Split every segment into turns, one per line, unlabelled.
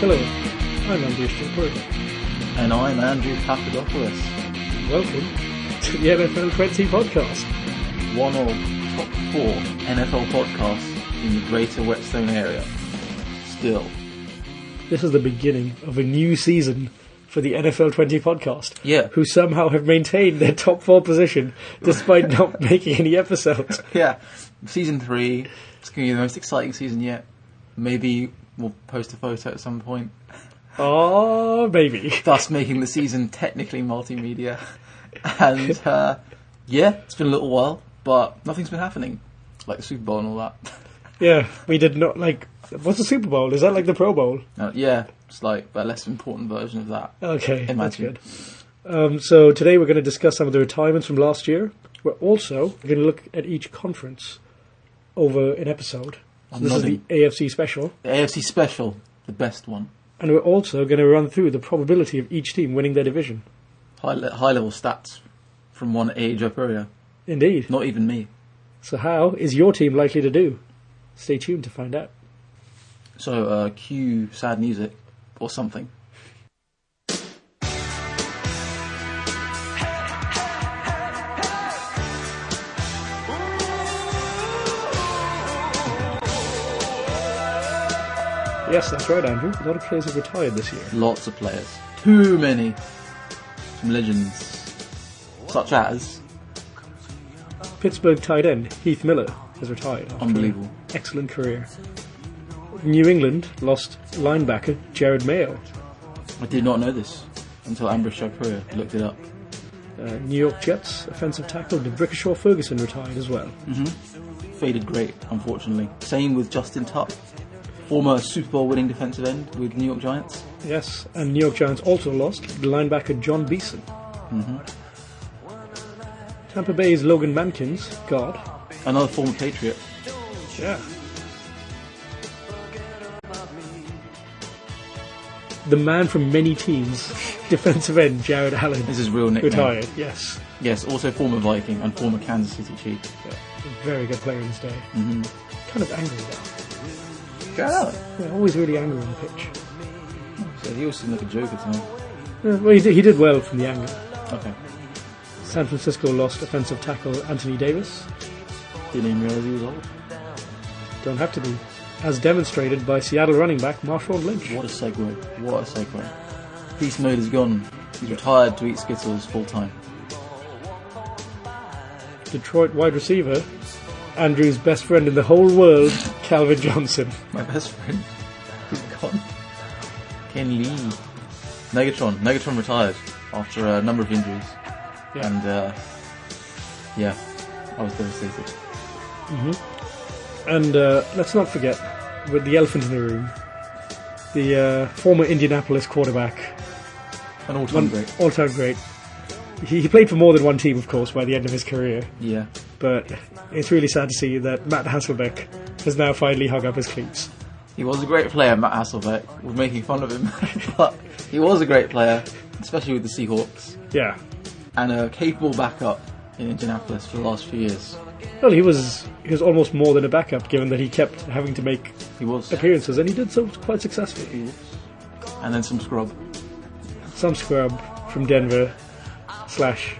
Hello, I'm Andrew Stempurga.
And I'm Andrew Papadopoulos.
Welcome to the NFL 20 podcast.
One of top four NFL podcasts in the greater Whetstone area. Still.
This is the beginning of a new season for the NFL 20 podcast,
Yeah.
who somehow have maintained their top four position despite not making any episodes.
Yeah. Season three. It's going to be the most exciting season yet. Maybe we'll post a photo at some point.
Oh, maybe.
Thus making the season technically multimedia. And, uh, yeah, it's been a little while, but nothing's been happening. Like the Super Bowl and all that.
Yeah, we did not like. What's the Super Bowl? Is that like the Pro Bowl?
Uh, yeah, it's like a less important version of that.
Okay,
Imagine.
that's good. Um, so today we're going to discuss some of the retirements from last year. We're also going to look at each conference over an episode. So
I'm
this is the
nodding.
AFC special,
The AFC Special, the best one.
and we're also going to run through the probability of each team winning their division.
High, le- high level stats from one age up earlier.
Indeed.
Not even me.
So how is your team likely to do? Stay tuned to find out.
So, uh, cue sad music or something.
Yes, that's right, Andrew. A lot of players have retired this year.
Lots of players. Too many. Some legends. Such as,
Pittsburgh tight end Heath Miller has retired. after
unbelievable.
an Excellent career. New England lost linebacker Jared Mayo.
I did not know this until Ambrose Shapiro looked it up.
Uh, New York Jets offensive tackle DeBrickashaw Ferguson retired as well.
Faded great, unfortunately. Same with Justin Tuck, former Super Bowl winning defensive end with New York Giants.
Yes, and New York Giants also lost linebacker John Beeson. Tampa Bay's Logan Mankins, guard.
Another former Patriot.
Yeah. The man from many teams, defensive end Jared Allen,
This is real nickname.
retired. Yes,
Yes, also former Viking and former Kansas City Chief.
a very good player in his day. Kind of angry though.
Shout out.
Yeah, always really angry on the pitch.
So he always seemed like a joker to me.
Yeah, well, he did, he did well from the anger.
Okay.
San Francisco lost offensive tackle Anthony Davis.
Didn't even realise he was old.
Don't have to be. As demonstrated by Seattle running back Marshawn Lynch.
What a segue. What a segue. Beast mode is gone. He's retired to eat Skittles full time.
Detroit wide receiver, Andrew's best friend in the whole world, Calvin Johnson.
My best friend is gone. Ken Lee. Negatron. Negatron retired after a number of injuries.
Yeah.
And, uh, yeah, I was devastated.
And uh, let's not forget, with the elephant in the room, the uh, former Indianapolis quarterback,
An all time
one
break.
all-time great. He, he played for more than one team, of course, by the end of his career.
Yeah.
But it's really sad to see that Matt Hasselbeck has now finally hung up his cleats.
He was a great player, Matt Hasselbeck. We're making fun of him, but he was a great player, especially with the Seahawks,
Yeah,
and a capable backup in Indianapolis for the last few years.
Well, he was he was almost more than a backup, given that he kept having to make
He was.
appearances, and he did so quite successfully.
And then some scrub.
Some scrub from Denver slash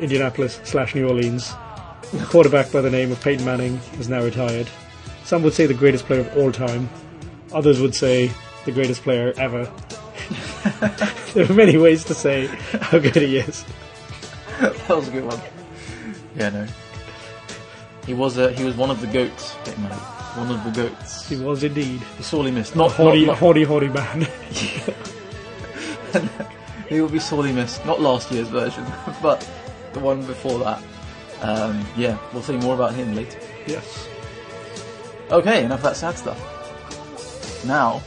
Indianapolis slash New Orleans, a quarterback by the name of Peyton Manning is now retired. Some would say the greatest player of all time. Others would say the greatest player ever. there are many ways to say how good he is.
that was a good one. Yeah, no. He was a, he was one of the goats. Peyton Manning. One of the goats.
He
He
was indeed
sorely missed. Not, not,
haughty,
not-
haughty, haughty man.
he will be sorely missed. Not last year's version, but the one before that. Um, yeah, we'll see more about him later.
yes.
Okay, enough of that sad stuff. Now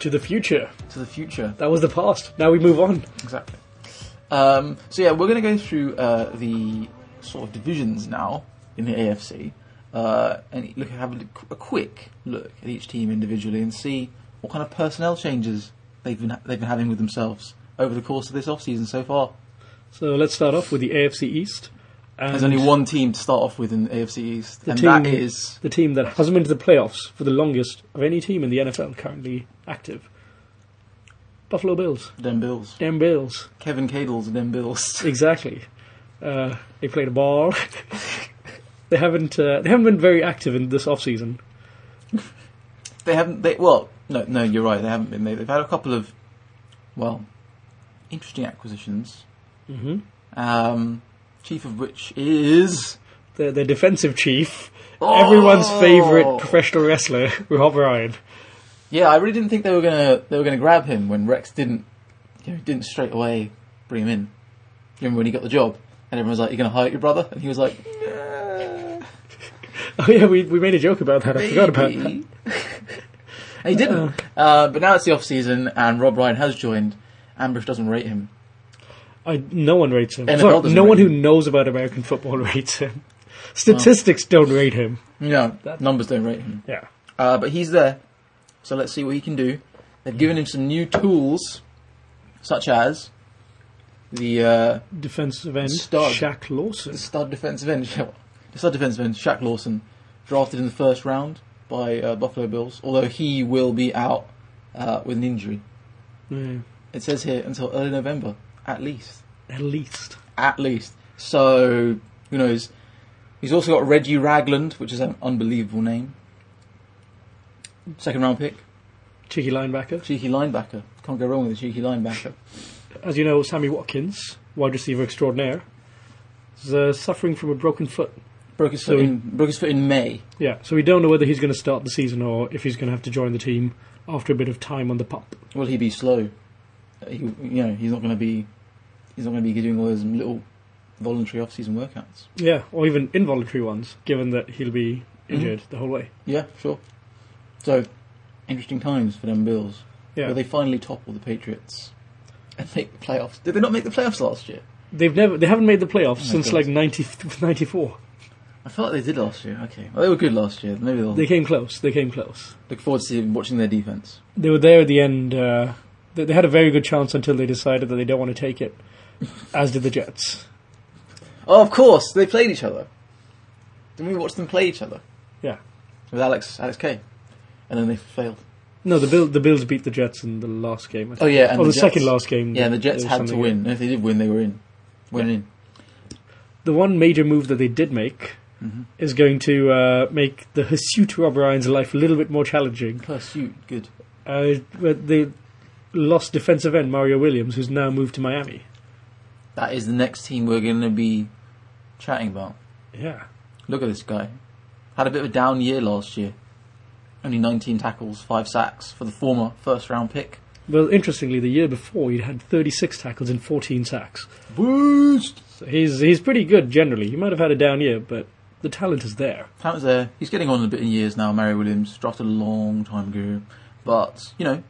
To the future.
to the future.
That was the past. Now we move on.
Exactly. Um, so yeah, we're going to go through uh, the sort of divisions now in the AFC, uh, and look have a, look- a quick look at each team individually and see what kind of personnel changes they've been they've been having with themselves over the course of this offseason so far.
So let's start off with the AFC East. And
There's only one team to start off with in the AFC East,
the
and
team-
that is
the team that hasn't been to the playoffs for the longest of any team in the NFL currently active. Buffalo Bills.
Them Bills.
Damn Bills.
Kevin Cadle's them Bills.
Exactly. Uh, they played a ball. they haven't. Uh, they haven't been very active in this off season.
They haven't. They well, no, no, you're right. They haven't been. They, they've had a couple of, well, interesting acquisitions.
Mm-hmm.
Um, chief of which is
Their, their defensive chief, everyone's
Oh!
favorite professional wrestler, Rob Ryan.
Yeah, I really didn't think they were gonna they were gonna grab him when Rex didn't you know, didn't straight away bring him in. You remember when he got the job and everyone was like, "You're gonna hire your brother," and he was like, "Yeah,
Oh yeah, we we made a joke about that. I forgot about that.
maybe." and he didn't. Uh, but now it's the off season and Rob Ryan has joined. Ambush doesn't rate him.
I, no one rates him.
NFL
Sorry,
doesn't
no
rate
one who
him.
knows about American football rates him. Statistics don't rate him.
No, numbers don't rate him.
Yeah.
Uh, but he's there, so let's see what he can do. They've given him some new tools, such as the. Uh,
Defensive end
Stud.
Shaq Lawson.
the stud defensive end, the stud defensive end, Shaq Lawson, drafted in the first round by uh, Buffalo Bills. Although he will be out uh, with an injury.
Yeah,
It says here until early November, at least,
at least.
at least. So who knows? He's also got Reggie Ragland, which is an unbelievable name. Second round pick,
Cheeky linebacker.
cheeky linebacker. Can't go wrong with a cheeky linebacker.
As you know, Sammy Watkins, wide receiver extraordinaire, is uh, suffering from a broken foot.
Broke his foot
So-
in broke his foot in May.
Yeah, so we don't know whether he's going to start the season or if he's going to have to join the team after a bit of time on the pop.
Will he be slow? Uh, He, you know, he's not going to be. He's not going to be doing all those little voluntary off-season workouts.
Yeah, or even involuntary ones, given that he'll be
Mm-hmm.
injured the whole way.
Yeah, sure. So, interesting times for them Bills.
Yeah,
Will they finally topple the Patriots and make the playoffs? Did they not make the playoffs last year?
they've never they haven't made the playoffs since
Oh God.
like 90, 94.
I felt like they did last year. Okay, well they were good last year. Maybe they'll
They came close. They came close.
look forward to seeing, watching their defense.
They were there at the end. Uh, they, they had a very good chance until they decided that they don't want to take it, as did the Jets.
Oh, of course, they played each other. Didn't we watch them play each other
Yeah.
with Alex Alex K? And then they failed.
No, the Bill, the Bills beat the Jets in the last game. I
Oh
think.
yeah, and
or the,
Jets-
second last game.
Yeah, and the
there
Jets
was
had to
something-
win. And if they did win, they were in. Went in.
The one major move that they did make is going to uh, make the Hirsute Rob Ryan's life a little bit more challenging.
Pursuit, good.
Uh, but they lost defensive end Mario Williams, who's now moved to Miami.
That is the next team we're going to be chatting about.
Yeah.
Look at this guy. Had a bit of a down year last year. Only 19 tackles, 5 sacks for the former first round pick.
Well, interestingly, the year before he had 36 tackles and 14 sacks.
Boost!
So he's he's pretty good generally. He might have had a down year, but the talent is there.
Talent's there. uh, He's getting on a bit in years now, Mary Williams. Drafted a long time ago. But, you know,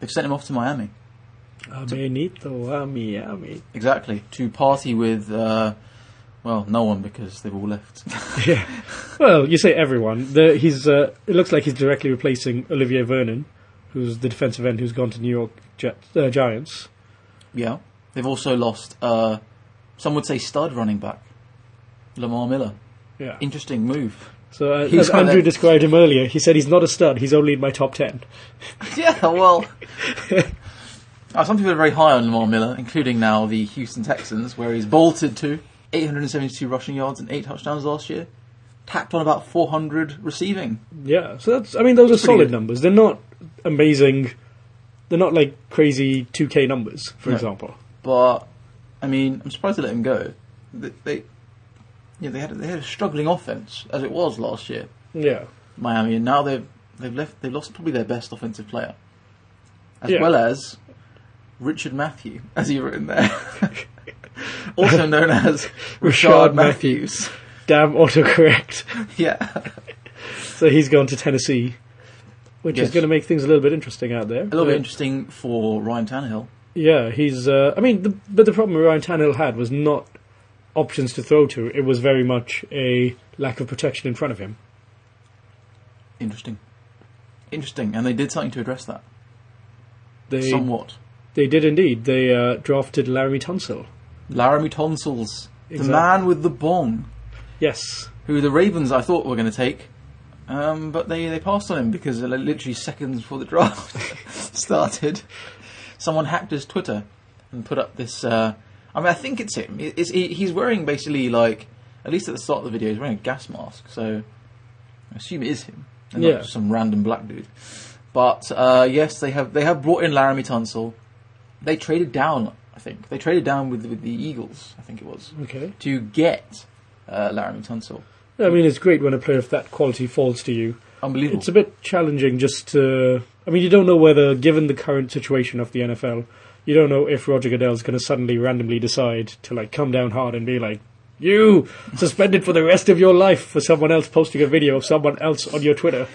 they've sent him off to Miami.
Benito, ah, Miami.
Exactly. To party with, uh, well, no one because they've all left.
Yeah. Well, you say everyone. The, he's uh, it looks like he's directly replacing Olivier Vernon, who's the defensive end who's gone to New York Jets, uh, Giants.
Yeah. They've also lost, uh, some would say stud running back, Lamar Miller.
Yeah.
Interesting move.
So uh,
He's
as
got
Andrew
that-
described him earlier, he said he's not a stud. He's only in my top ten.
yeah, well. Uh, some people are very high on Lamar Miller, including now the Houston Texans, where he's bolted to 872 rushing yards and 8 touchdowns last year. Tacked on about 400 receiving.
Yeah. So that's I mean those are
pretty
solid
good.
numbers. They're not amazing. They're not like crazy two K numbers, for
No.
example.
But, I mean, I'm surprised they let him go. They, they, yeah, they, had, they had a struggling offense, as it was last year.
Yeah.
Miami, and now they've they've left they've lost probably their best offensive player, as
Yeah.
well as Richard Matthew, as you wrote in there, also known as Rashard
Rashard
Matthews.
Damn autocorrect.
yeah,
So he's gone to Tennessee, which
Yes.
is going to make things a little bit interesting out there.
a little bit interesting for Ryan Tannehill.
Yeah, he's. Uh, I mean, the, but the problem Ryan Tannehill had was not options to throw to. It was very much a lack of protection in front of him.
Interesting, interesting, and they did something to address that
They
somewhat.
they did indeed. They uh, drafted Laramie Tunsil.
Laramie Tonsils, the
Exactly.
man with the bong,
Yes,
who the Ravens I thought were going to take. Um, but they, they passed on him because uh, literally seconds before the draft started. someone hacked his Twitter and put up this. Uh, I mean, I think it's him. It- It's, he, he's wearing basically like at least at the start of the video, he's wearing a gas mask. So I assume it is him, and
Yeah.
not just some random black dude. But uh, yes, they have they have brought in Laramie Tunsil. They traded down, I think. They traded down with, with the Eagles, I think it was,
Okay.
to get uh, Laramie Tunsil.
I mean, it's great when a player of that quality falls to you.
Unbelievable.
It's a bit challenging just to. I mean, you don't know whether, given the current situation of the NFL, you don't know if Roger Goodell's going to suddenly randomly decide to like come down hard and be like, "You suspended for the rest of your life for someone else posting a video of someone else on your Twitter."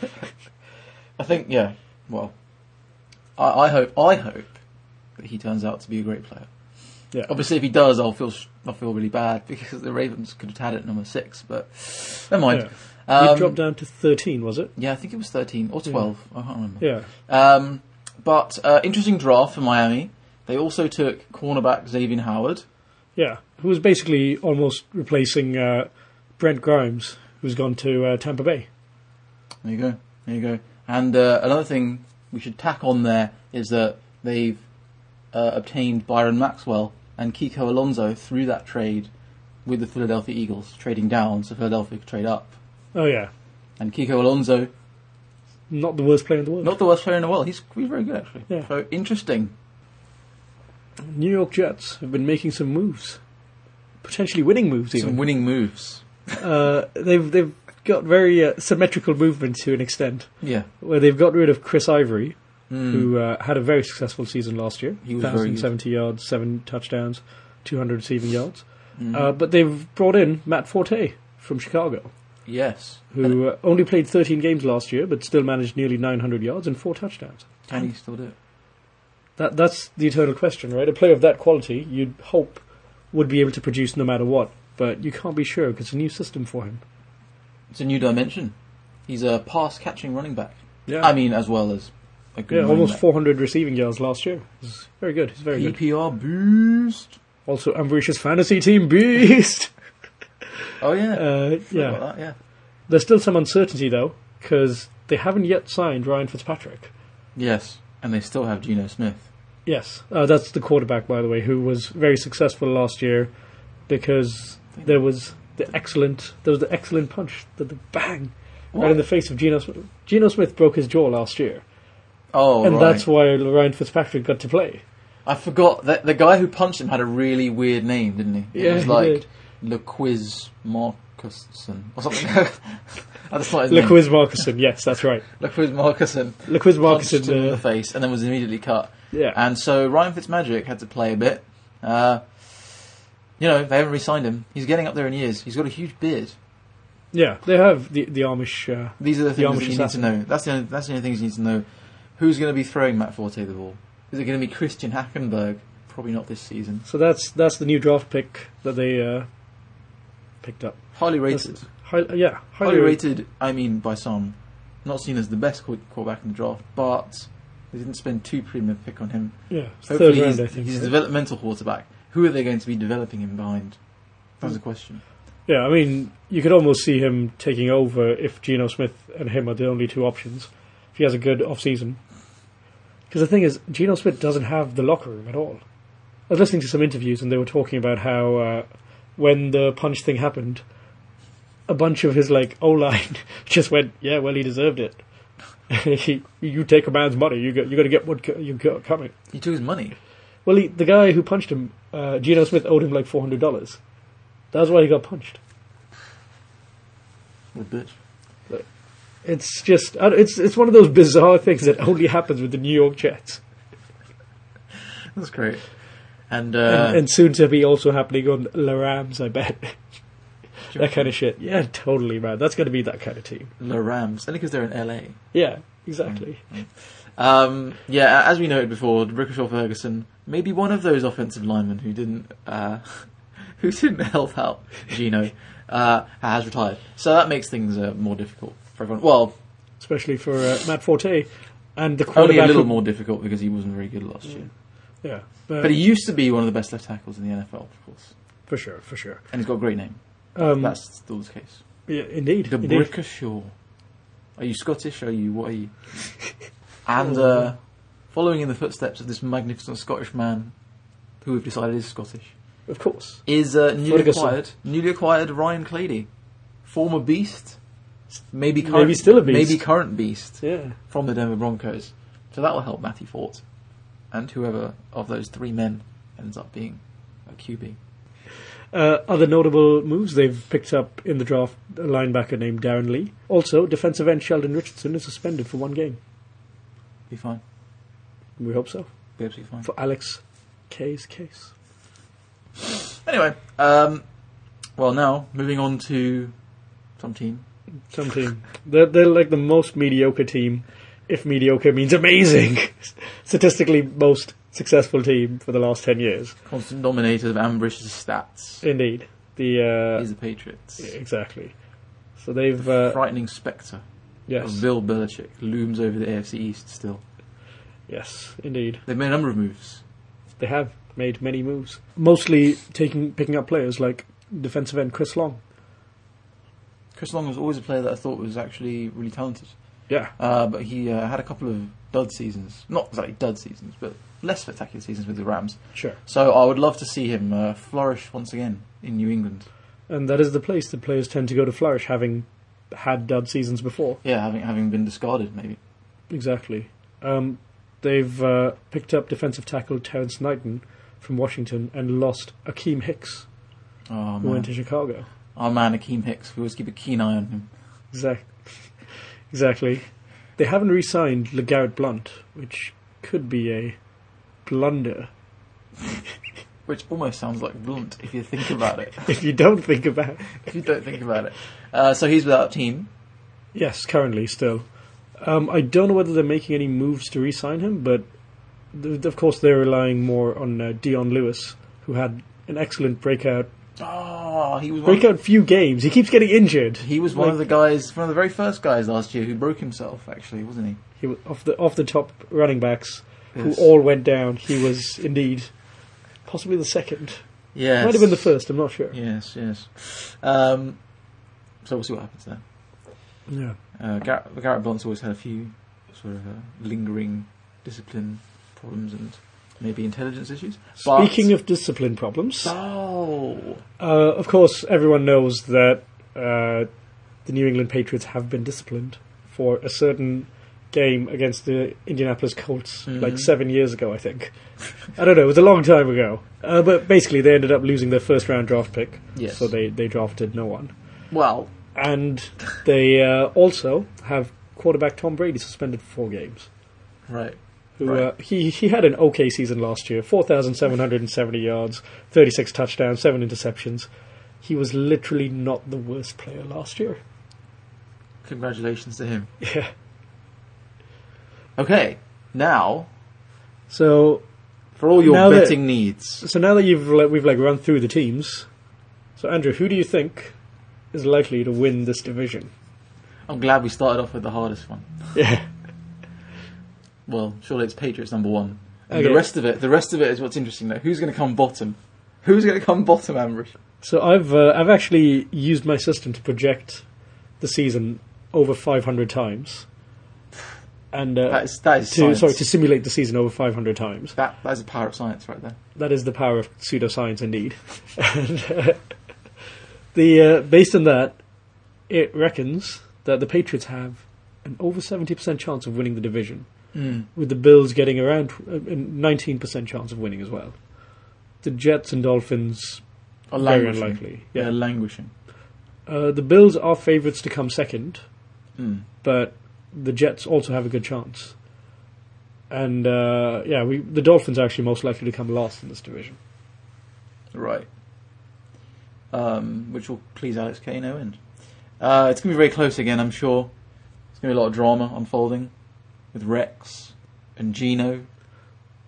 I think, yeah. Well, I, I hope, I hope that he turns out to be a great player.
Yeah.
Obviously, if he does, I'll feel sh- I'll feel really bad because the Ravens could have had it at number six, but never mind.
You
Um,
dropped down to thirteen, was it?
yeah, I think it was thirteen or twelve. I can't remember.
Yeah.
Um, but uh, interesting draft for Miami. They also took cornerback Xavier Howard.
Yeah, who was basically almost replacing uh, Brent Grimes, who's gone to uh, Tampa Bay.
There you go. There you go. And uh, another thing we should tack on there is that they've uh, obtained Byron Maxwell and Kiko Alonso through that trade with the Philadelphia Eagles, trading down so Philadelphia could trade up.
Oh yeah,
And Kiko Alonso,
not the worst player in the world.
not the worst player in the world. He's, he's very good, actually.
Yeah.
So interesting.
New York Jets have been making some moves, potentially winning moves even.
Some winning moves.
uh, they've they've got very uh, symmetrical movement to an extent,
Yeah.
where they've got rid of Chris Ivory,
Mm.
who uh, had a very successful season last year,
He was very good.
1,070 yards, seven touchdowns, 200 receiving yards.
Mhm.
Uh, but they've brought in Matt Forte from Chicago,
yes.
who uh, only played 13 games last year, but still managed nearly 900 yards and four touchdowns.
Can he still do it?
That that's the eternal question, right? A player of that quality, you'd hope, would be able to produce no matter what, but you can't be sure because it's a new system for him.
It's a new dimension. He's a pass catching running back.
Yeah,
I mean, as well as a good
Yeah,
running
almost
back.
400 receiving yards last year. It's very good. It's very good.
PPR boost.
Also, Ambrosius fantasy team beast.
Oh yeah.
Uh,
Forgot
yeah,
about that, yeah.
there's still some uncertainty though because they haven't yet signed Ryan Fitzpatrick.
Yes, and they still have Geno Smith.
Yes, uh, that's the quarterback, by the way, who was very successful last year because there was the excellent there was the excellent punch, the, the bang right
What?
in the face of Geno Smith. Geno Smith broke his jaw last year,
Oh,
and
right.
that's why Ryan Fitzpatrick got to play.
I forgot that the guy who punched him had a really weird name, didn't he? It
Yeah,
was
he
like
did.
Laquiz Marcuson or something. that's not his name.
Laquiz Marcuson, yes, that's right.
Laquiz Marcuson.
Laquiz
Punched him
Marcuson,
in the
uh,
face and then was immediately cut.
yeah.
And so Ryan Fitzmagic had to play a bit. Uh, you know, they haven't re-signed him. He's getting up there in years. He's got a huge beard.
Yeah, they have the the Amish. Uh,
These are the things
Amish
that you
assassin.
need to know. That's the, only, that's the only things you need to know. Who's going to be throwing Matt Forte the ball? Is it going to be Christian Hackenberg? Probably not this season.
so that's that's the new draft pick that they uh, picked up.
Highly rated.
High, yeah, highly,
Highly
rated.
rated, I mean, by some. Not seen as the best qu- quarterback in the draft, but they didn't spend two premium pick on him.
Yeah, it's
Hopefully
third round,
he's,
I think.
he's a
right?
developmental quarterback. Who are they going to be developing him behind? That was
Hmm.
the question.
Yeah, I mean, you could almost see him taking over if Geno Smith and him are the only two options. If he has a good off season, because the thing is, Geno Smith doesn't have the locker room at all. I was listening to some interviews, and they were talking about how uh, when the punch thing happened, a bunch of his like O line just went, "Yeah, well, he deserved it." he, you take a man's money, you got you got to get what co- you got coming.
He took his money.
Well, he, the guy who punched him, uh, Geno Smith, owed him like four hundred dollars. That's why he got punched.
What a bitch.
It's just I don't- it's it's one of those bizarre things that only happens with the New York Jets,
That's great.
and,
And, uh,
and soon to be also happening on the Rams. I bet that kind of shit. Yeah, totally, man. That's going to be that kind of team.
La Rams. Only because they're in LA.
Yeah, exactly.
Mm. Um, yeah, a- as we noted before, Ricochet Ferguson may be one of those offensive linemen who didn't uh, who didn't help out Gino uh, has retired. So that makes things uh, more difficult for everyone. Well,
Especially for uh, Matt Forte and the quarterback.
only a little
who-
more difficult because he wasn't very good last year.
Yeah,
But
but
he used to be one of the best left tackles in the NFL, of course,
for sure, for sure.
and he's got a great name.
Um,
That's still the case.
yeah, indeed,
The
indeed. Oh.
Ricochet. Are you Scottish? Are you what are you? And uh, following in the footsteps of this magnificent Scottish man, who we've decided is Scottish,
Of course.
is uh, newly
Ferguson.
acquired newly acquired Ryan Clady, former beast, maybe current,
Maybe still a beast.
maybe current beast
Yeah.
from the Denver Broncos. So that will help Matty Fort and whoever of those three men ends up being a QB.
Uh, other notable moves they've picked up in the draft a linebacker named Darren Lee. Also, defensive end Sheldon Richardson is suspended for one game.
Be fine.
We hope so.
Be absolutely fine.
For Alex K's case.
Anyway, um, well now moving on to some team.
Some team. They're, they're like the most mediocre team, if mediocre means amazing. Statistically, most successful team for the last 10 years.
Constant dominators of Ambrish's stats.
Indeed. The,
He's
uh,
the Patriots.
yeah, exactly. So they've, uh,
Frightening spectre of
yes,
Bill Belichick looms over the AFC East still.
yes, indeed.
They've made a number of moves.
They have made many moves. Mostly taking, picking up players like defensive end Chris Long.
Chris Long was always a player that I thought was actually really talented.
Yeah.
Uh, but he uh, had a couple of dud seasons. Not exactly dud seasons, but less spectacular seasons with the Rams.
Sure.
So I would love to see him uh, flourish once again in New England.
And that is the place that players tend to go to flourish, having had dud seasons before.
Yeah, having having been discarded, maybe.
Exactly. Um, they've uh, picked up defensive tackle Terrence Knighton from Washington and lost Akeem Hicks,
Oh,
who went to
man.
Chicago.
Our man, Akeem Hicks. We always keep a keen eye on him.
Exact- exactly. They haven't re signed LeGarrette Blunt, which could be a blunder
Which almost sounds like blunt if you think about it.
if you don't think about it.
if you don't think about it. Uh, so he's without a team.
Yes, currently still. Um, I don't know whether they're making any moves to re-sign him, but th- of course they're relying more on uh, Dion Lewis, who had an excellent breakout
Oh, he was one,
breakout few games. He keeps getting injured.
he was one of the guys, one of the very first guys last year who broke himself, actually, wasn't he?
He was off the off the top running backs
Yes.
who all went down. He was indeed possibly the second.
Yes.
Might have been the first. I'm not sure.
Yes, yes. Um, so we'll see what happens there.
Yeah.
Uh, Garrett, Garrett Blunt's always had a few sort of uh, lingering discipline problems and maybe intelligence issues. But-
Speaking of discipline problems,
oh,
uh, of course everyone knows that uh, the New England Patriots have been disciplined for a certain game against the Indianapolis Colts
Mhm.
like seven years ago, I think. I don't know, it was a long time ago. Uh, but basically, they ended up losing their first round draft pick,
yes.
so they, they drafted no one.
well,
And they uh, also have quarterback Tom Brady suspended for four games.
right.
Who
Right.
uh, he he had an okay season last year, four thousand seven hundred and seventy yards, thirty six touchdowns, seven interceptions. He was literally not the worst player last year.
Congratulations to him.
Yeah.
Okay, now
So
for all your
Now that-
betting needs,
so now that you've like, we've like run through the teams, so Andrew, who do you think is likely to win this division?
I'm glad we started off with the hardest one.
Yeah.
Well, surely it's Patriots number one. And the
Okay.
rest of it, the rest of it is what's interesting though. Who's going to come bottom? Who's going to come bottom, Amrish?
So I've uh, I've actually used my system to project the season over five hundred times, and uh,
That is that is
to
science.
sorry to simulate the season over five hundred times.
that that is a power of science right there.
That is the power of pseudoscience, indeed. and, uh, the uh, based on that, it reckons that the Patriots have an over seventy percent chance of winning the division, with the Bills getting around uh, nineteen percent chance of winning as well. The Jets and Dolphins,
Or
Very
languishing.
unlikely,
Yeah,
yeah.
languishing.
uh, the Bills are favourites to come second,
Mm.
but the Jets also have a good chance. And uh, yeah, we the Dolphins are actually most likely to come last in this division.
Right. Um, which will please Alex K no end. Uh, it's going to be very close again, I'm sure. It's going to be a lot of drama unfolding with Rex and Gino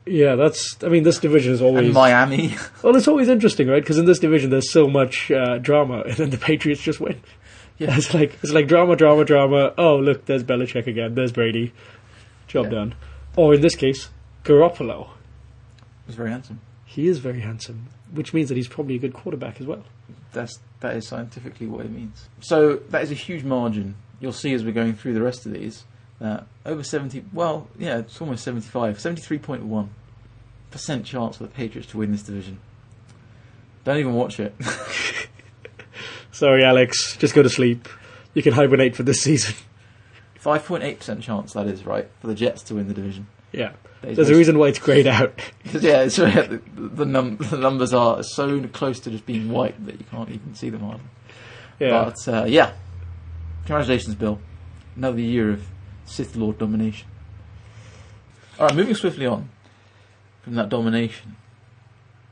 Yeah, that's. I mean, this division is always
and Miami.
Well, it's always interesting, right? Because in this division, there's so much uh, drama, and then the Patriots just win.
Yeah.
it's like it's like drama, drama, drama. Oh, look, there's Belichick again. There's Brady. Job
Yeah.
done. Or in this case, Garoppolo.
He's very handsome.
He is very handsome, which means that he's probably a good quarterback as well.
That's that is scientifically what it means. So that is a huge margin. You'll see as we're going through the rest of these Uh, over 70, well, yeah, it's almost 75, 73.1% chance for the Patriots to win this division. Don't even watch it.
Sorry, Alex. Just go to sleep. You can hibernate for this season.
5.8% chance, that is, right, for the Jets to win the division.
Yeah.
That is
There's a
most-
reason why it's greyed out.
Because yeah, it's, the, the, num- the numbers are so close to just being white that you can't even see them hardly.
Yeah.
But uh, yeah, congratulations, Bill. Another year of Sith Lord domination. All right, moving swiftly on from that domination.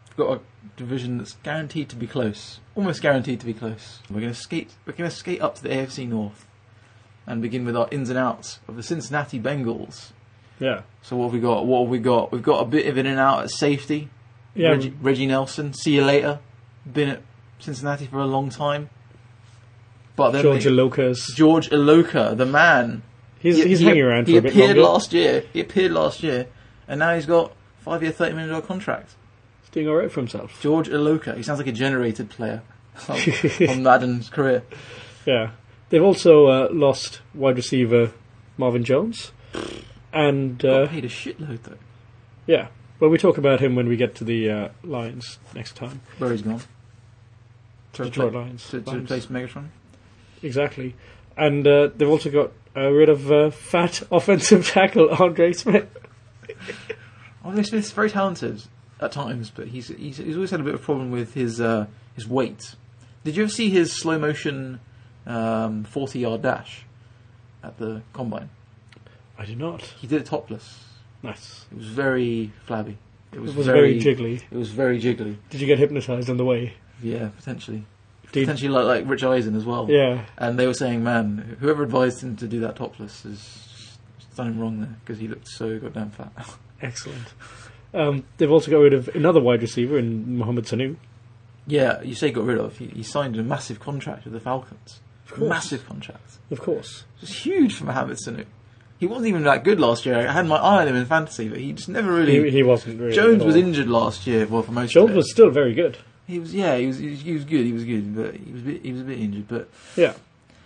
We've got a division that's guaranteed to be close, almost guaranteed to be close. We're going to skate. We're going to skate up to the AFC North and begin with our ins and outs of the Cincinnati Bengals.
yeah.
So what have we got? What have we got? We've got a bit of in and out at safety.
Yeah.
Reggie, Reggie Nelson. See you later. Been at Cincinnati for a long time. But then
Georgia
they-
Locas.
George Iloka, the man.
He's,
He-
he's
he-
hanging around for
He
a bit
appeared
longer.
last year. He appeared last year, and now he's got five year, thirty million dollar contract.
He's doing alright for himself.
George Iloka. He sounds like a generated player on, on Madden's career.
Yeah. They've also uh, lost wide receiver Marvin Jones. And, uh,
got paid a shitload though.
yeah. Well, we talk about him when we get to the uh, Lions next time.
Where he's gone? To
Detroit
repla-
Lions.
to, to
Lions.
replace Megatron.
Exactly. And uh, they've also got uh, rid of uh, fat offensive tackle Andre Smith.
Andre Smith's very talented at times, but he's he's, he's always had a bit of a problem with his uh, his weight. Did you ever see his slow motion um, forty yard dash at the combine?
I do not.
He did it topless.
Nice.
It was very flabby. It was,
It was
very,
very, jiggly.
It was very jiggly.
Did you get hypnotized on the way?
Yeah, potentially.
Did,
Potentially like like Rich Eisen as well.
yeah.
And they were saying, man, whoever advised him to do that topless is has done him wrong there because he looked so goddamn fat.
Excellent. Um, they've also got rid of another wide receiver in Mohamed Sanu.
yeah, you say got rid of. He, he signed a massive contract with the Falcons. Massive contract.
Of course.
It was huge for Mohamed Sanu. He wasn't even that good last year. I had my eye on him in fantasy, but he just never
He,
really.
he wasn't really.
Jones
at
was
all.
injured last year. Well, for most
Jones
of it.
was still very good.
He was yeah. He was he was, he was good. He was good, but he was a bit, he was a bit injured. But
Yeah.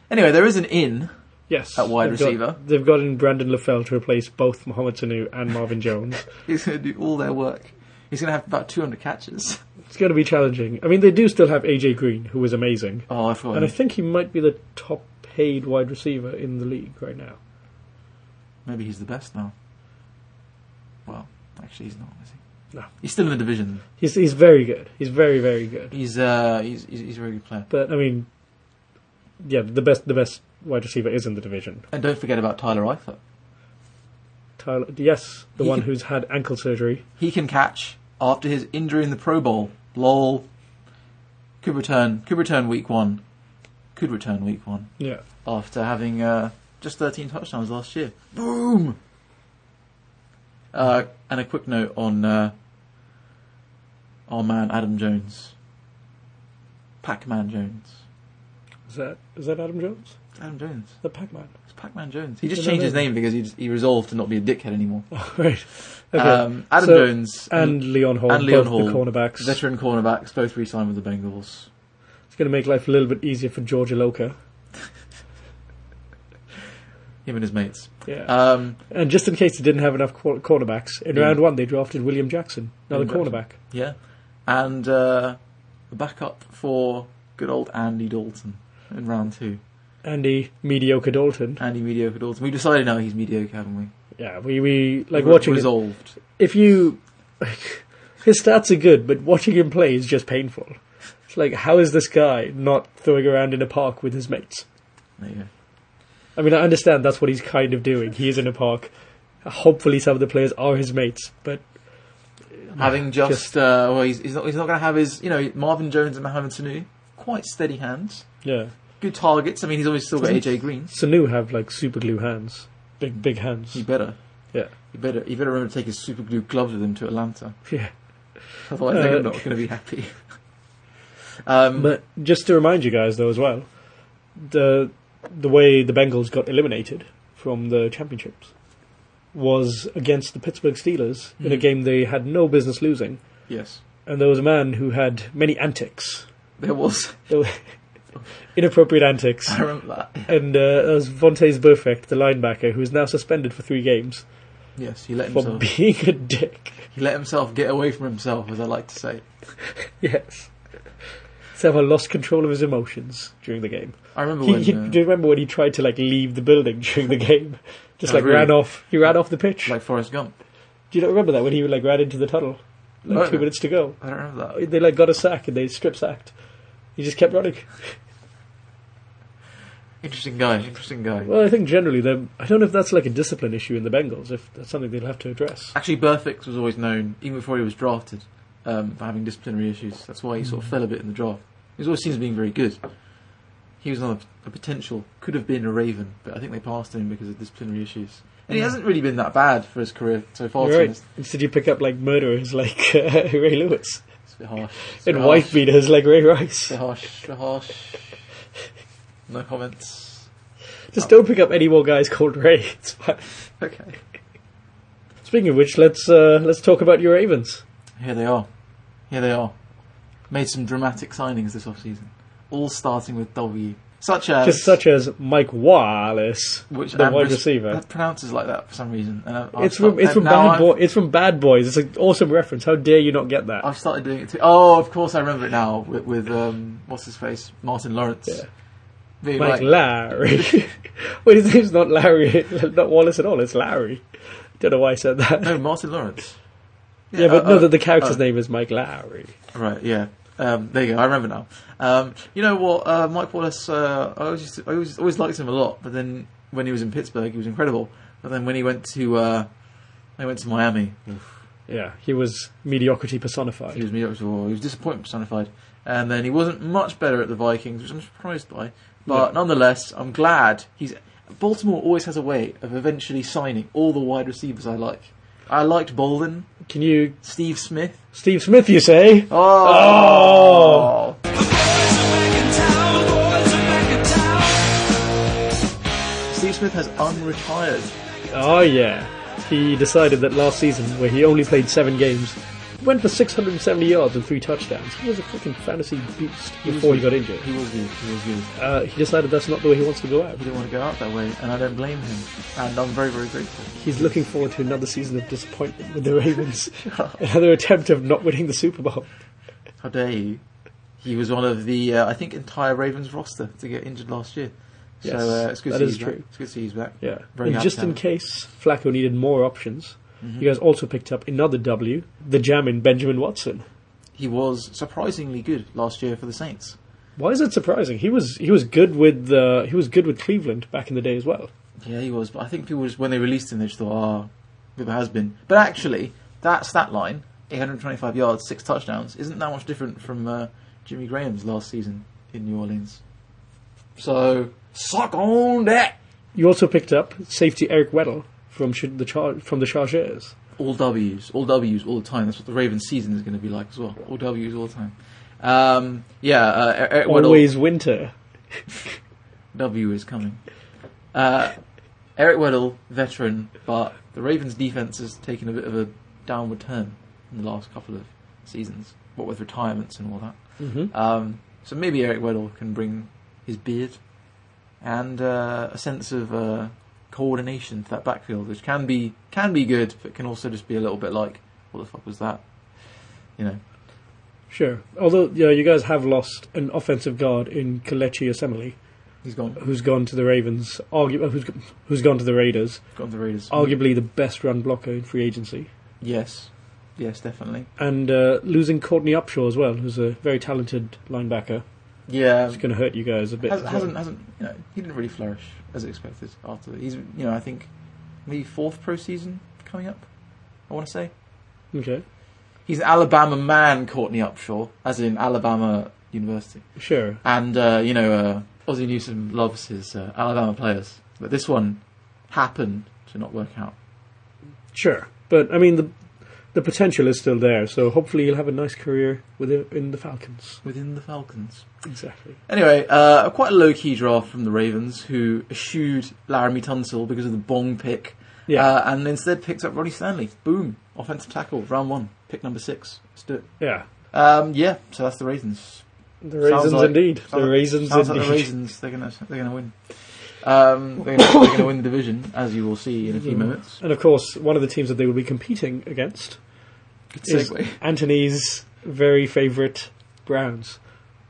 anyway, there is an in.
Yes.
At wide
They've got-
receiver.
they've gotten Brandon LaFell to replace both Mohamed Sanu and Marvin Jones.
He's going to do all their work. He's going to have about 200 catches.
it's going to be challenging. I mean, they do still have AJ Green, who is amazing.
Oh, I forgot.
And I
him.
think he might be the top paid wide receiver in the league right now.
Maybe he's the best now. Well, actually, he's not. Is he?
No.
He's still in the division.
He's, he's very good. He's very, very good.
He's uh, he's he's, he's a very good player.
But, I mean, yeah, the best, the best wide receiver is in the division.
And don't forget about Tyler Eifert.
Tyler, yes, the
He
one
could-
who's had ankle surgery.
he can catch after his injury in the Pro Bowl. Lol. Could return. Could return week one. Could return week one
Yeah.
after having uh, just 13 touchdowns last year. Boom. Uh, and a quick note on uh, our man Adam Jones, Pac-Man Jones.
Is that is that Adam Jones?
Adam Jones.
The Pac-Man.
It's Pac-Man Jones. He just
Isn't that
changed his
it?
name because he, just, he resolved to not be a dickhead anymore.
Oh, right. Okay.
Um, Adam
So-
Jones
and Leon Hall,
and Leon
both
Hall,
the cornerbacks.
veteran cornerbacks, both re-signed with the Bengals.
It's going to make life a little bit easier for George Loka.
Him and his mates.
Yeah.
Um,
Uh, and just in case they didn't have enough quar- cornerbacks, in
Yeah.
round one they drafted William Jackson, another
William
cornerback.
yeah, and uh, a backup for good old Andy Dalton in round two.
Andy Mediocre Dalton.
Andy mediocre Dalton. We decided now he's mediocre, haven't we?
Yeah, we, we like
Re-
watching. Him,
resolved.
if you, his stats are good, but watching him play is just painful. It's like, how is this guy not throwing around in a park with his mates?
There you go.
I mean, I understand that's what he's kind of doing. He is in a park. Hopefully, some of the players are his mates, but
Having just, uh, well, he's, he's not he's not going to have his you know Marvin Jones and Mohamed Sanu quite steady hands,
yeah,
good targets. I mean, he's always still got AJ Green.
Sanu have like super glue hands, big big hands.
He better.
Yeah.
He better. He better remember to take his super glue gloves with him to Atlanta.
Yeah,
Otherwise,
Uh,
they're not going to be happy. um,
but just to remind you guys though as well, the the way the Bengals got eliminated from the championships was against the Pittsburgh Steelers in a
Mhm.
game they had no business losing,
yes,
and there was a man who had many antics.
there was.
There wa- inappropriate antics.
I remember that.
And uh, that was Vontaze Burfict, the linebacker, who is now suspended for three games
Yes, he let
for
himself.
being a dick.
He let himself get away from himself, as I like to say.
Yes. Somehow lost control of his emotions during the game.
I remember
He,
when.
he,
uh,
do you remember when he tried to like leave the building during the game? Just
Oh,
like
really?
ran off. He ran off the pitch.
like Forrest Gump.
do you not remember that when he like ran into the tunnel? Like
No.
two minutes to go.
I don't remember that.
They like got a sack and they strip sacked. He just kept running.
Interesting guy. Interesting guy.
Well, I think generally they I don't know if that's like a discipline issue in the Bengals. If that's something they'll have to address.
Actually, Burfix was always known, even before he was drafted, um, for having disciplinary issues. That's why he sort of
Mm.
fell a bit in the draft. He's always seen as being very good. He was another a potential, could have been a Raven, but I think they passed him because of disciplinary issues. And he
Yeah.
hasn't really been that bad for his career so far.
You're
to
Mm.
be
right.
honest.
Instead, you pick up like murderers like uh, Ray Lewis
It's a bit harsh. It's a bit
and
harsh.
wife beaters like Ray Rice.
Bit harsh. Bit harsh. No comments.
Just don't pick up any more guys called Ray. It's fine.
Okay.
Speaking of which, let's uh, let's talk about your Ravens.
Here they are. Here they are. Made some dramatic signings this offseason. All starting with W. Such as.
Just such as Mike Wallace,
which
the
I'm
wide
just-
receiver.
That pronounces like that for some reason. And I, I've
It's from
start-
it's
and
from
now
bad
I've-
boy. It's from Bad Boys. It's an awesome reference. How dare you not get that?
I've started doing it too. Oh, of course, I remember it now with, with um, what's his face, Martin Lawrence.
Yeah.
Being
Mike
like,
Larry. well, his name's not Larry, not Wallace at all. It's Larry. Don't know why I said that.
no, Martin Lawrence.
yeah, but
uh,
no,
uh,
the, the character's
uh,
name is Mike Larry.
Right, yeah. Um, there you go. I remember now. Um, you know what? Uh, Mike Wallace. Uh, I always, used to- I always, always liked him a lot. But then when he was in Pittsburgh, he was incredible. But then when he went to, uh, I went to Miami.
Yeah, he was mediocrity
He
personified.
was mediocre. Well, he was disappointment personified. And then he wasn't much better at the Vikings, which I'm surprised by. But
Yeah.
nonetheless, I'm glad he's. Baltimore always has a way of eventually signing all the wide receivers I like. I liked Bolden,
Can you,
Steve Smith.
Steve Smith? You say?
Oh, Steve Smith has unretired.
Oh yeah. He decided that last season, where he only played seven games, went for 670 yards and three touchdowns. He was a freaking fantasy beast before he got injured.
He was good. He was good.
Uh, he decided that's not the way he wants to go out.
He didn't want to go out that way, and I don't blame him. And I'm very, very grateful.
He's looking forward to another season of disappointment with the Ravens, another attempt of not winning the Super Bowl.
How dare you? He was one of the, uh, I think, entire Ravens roster to get injured last year.
Yes,
so uh, it's good
that
to see
is
he's
true.
Back. It's good to see he's back.
Yeah,
Very
and
happy
just
to
in
have it.
case Flacco needed more options, you guys also picked up another W, the Jammin Benjamin Watson.
He was surprisingly good last year for the Saints.
Why is it surprising? He was he was good with uh, he was good with Cleveland back in the day as well.
Yeah, he was. But I think people just when they released him, they just thought, ah, it has been. But actually, that stat line, 825 yards, six touchdowns, isn't that much different from uh, Jimmy Graham's last season in New Orleans. So suck on that.
You also picked up safety Eric Weddle from Ch- the Char- from the Chargeurs.
all W's, all W's all the time. That's what the Ravens season is going to be like as well. All W's all the time. Um, yeah, uh, Eric Eric Weddle,
Always winter.
W is coming. Uh, Eric Weddle, veteran, but the Ravens defense has taken a bit of a downward turn in the last couple of seasons, what with retirements and all that.
hmm
Um, so maybe Eric Weddle can bring his beard and uh, a sense of uh, coordination to that backfield, which can be can be good, but can also just be a little bit like, what the fuck was that? You know,
Sure. Although you, know, you guys have lost an offensive guard in Kelechi Osemele,
he's gone
who's gone to the Ravens, argu- uh, who's, who's gone to the Raiders,
gone to the Raiders.
arguably the best run blocker in free agency,
Yes, yes, definitely.
and uh, losing Courtney Upshaw as well, who's a very talented linebacker.
Yeah,
It's going to hurt you guys a bit.
has,
as well.
hasn't uh, hasn't you know he didn't really flourish as expected after he's you know I think maybe fourth pro season coming up. I want to say.
Okay.
He's an Alabama man, Courtney Upshaw, as in Alabama University.
Sure.
And, uh, you know, uh, Ozzie Newsom loves his uh, Alabama players. But this one happened to not work out.
Sure. But I mean the the potential is still there, so hopefully you'll have a nice career with in the Falcons.
Within the Falcons.
Exactly.
Anyway, uh, quite a low key draft from the Ravens, who eschewed Laramie Tunsil because of the bong pick,
Yeah.
uh, and instead picked up Ronnie Stanley. Boom, offensive tackle, round one, pick number six. Let's do it.
yeah.
Um, yeah, so that's the Ravens.
The raisins,
like-
indeed. The
sounds-
raisins,
Sounds like
indeed.
the raisins. They're gonna they're gonna win. Um, they're, gonna, they're gonna win the division, as you will see in a few
Mm.
minutes.
And of course, one of the teams that they will be competing against
Good
Is-
segue.
Antony's very favourite Browns.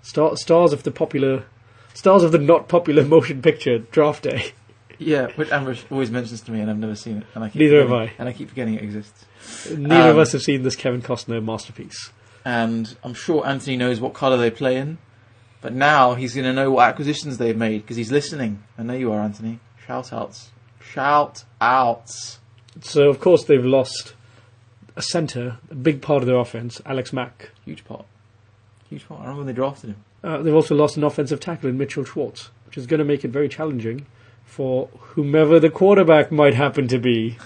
Star- stars of the popular, stars of the not popular motion picture Draft Day.
Yeah, which Ambush always mentions to me, and I've never seen it. And I keep
Neither have
forgetting- And I keep forgetting it exists.
Neither of
Um,
us have seen this Kevin Costner masterpiece.
And I'm sure Anthony knows what colour they play in, but now he's going to know what acquisitions they've made because he's listening. I know you are, Anthony. Shout outs. Shout outs.
So of course they've lost a centre, a big part of their offence, Alex Mack.
Huge pot. Huge pot. I remember when they drafted him.
Uh, they've also lost an offensive tackle in Mitchell Schwartz, which is going to make it very challenging for whomever the quarterback might happen to be.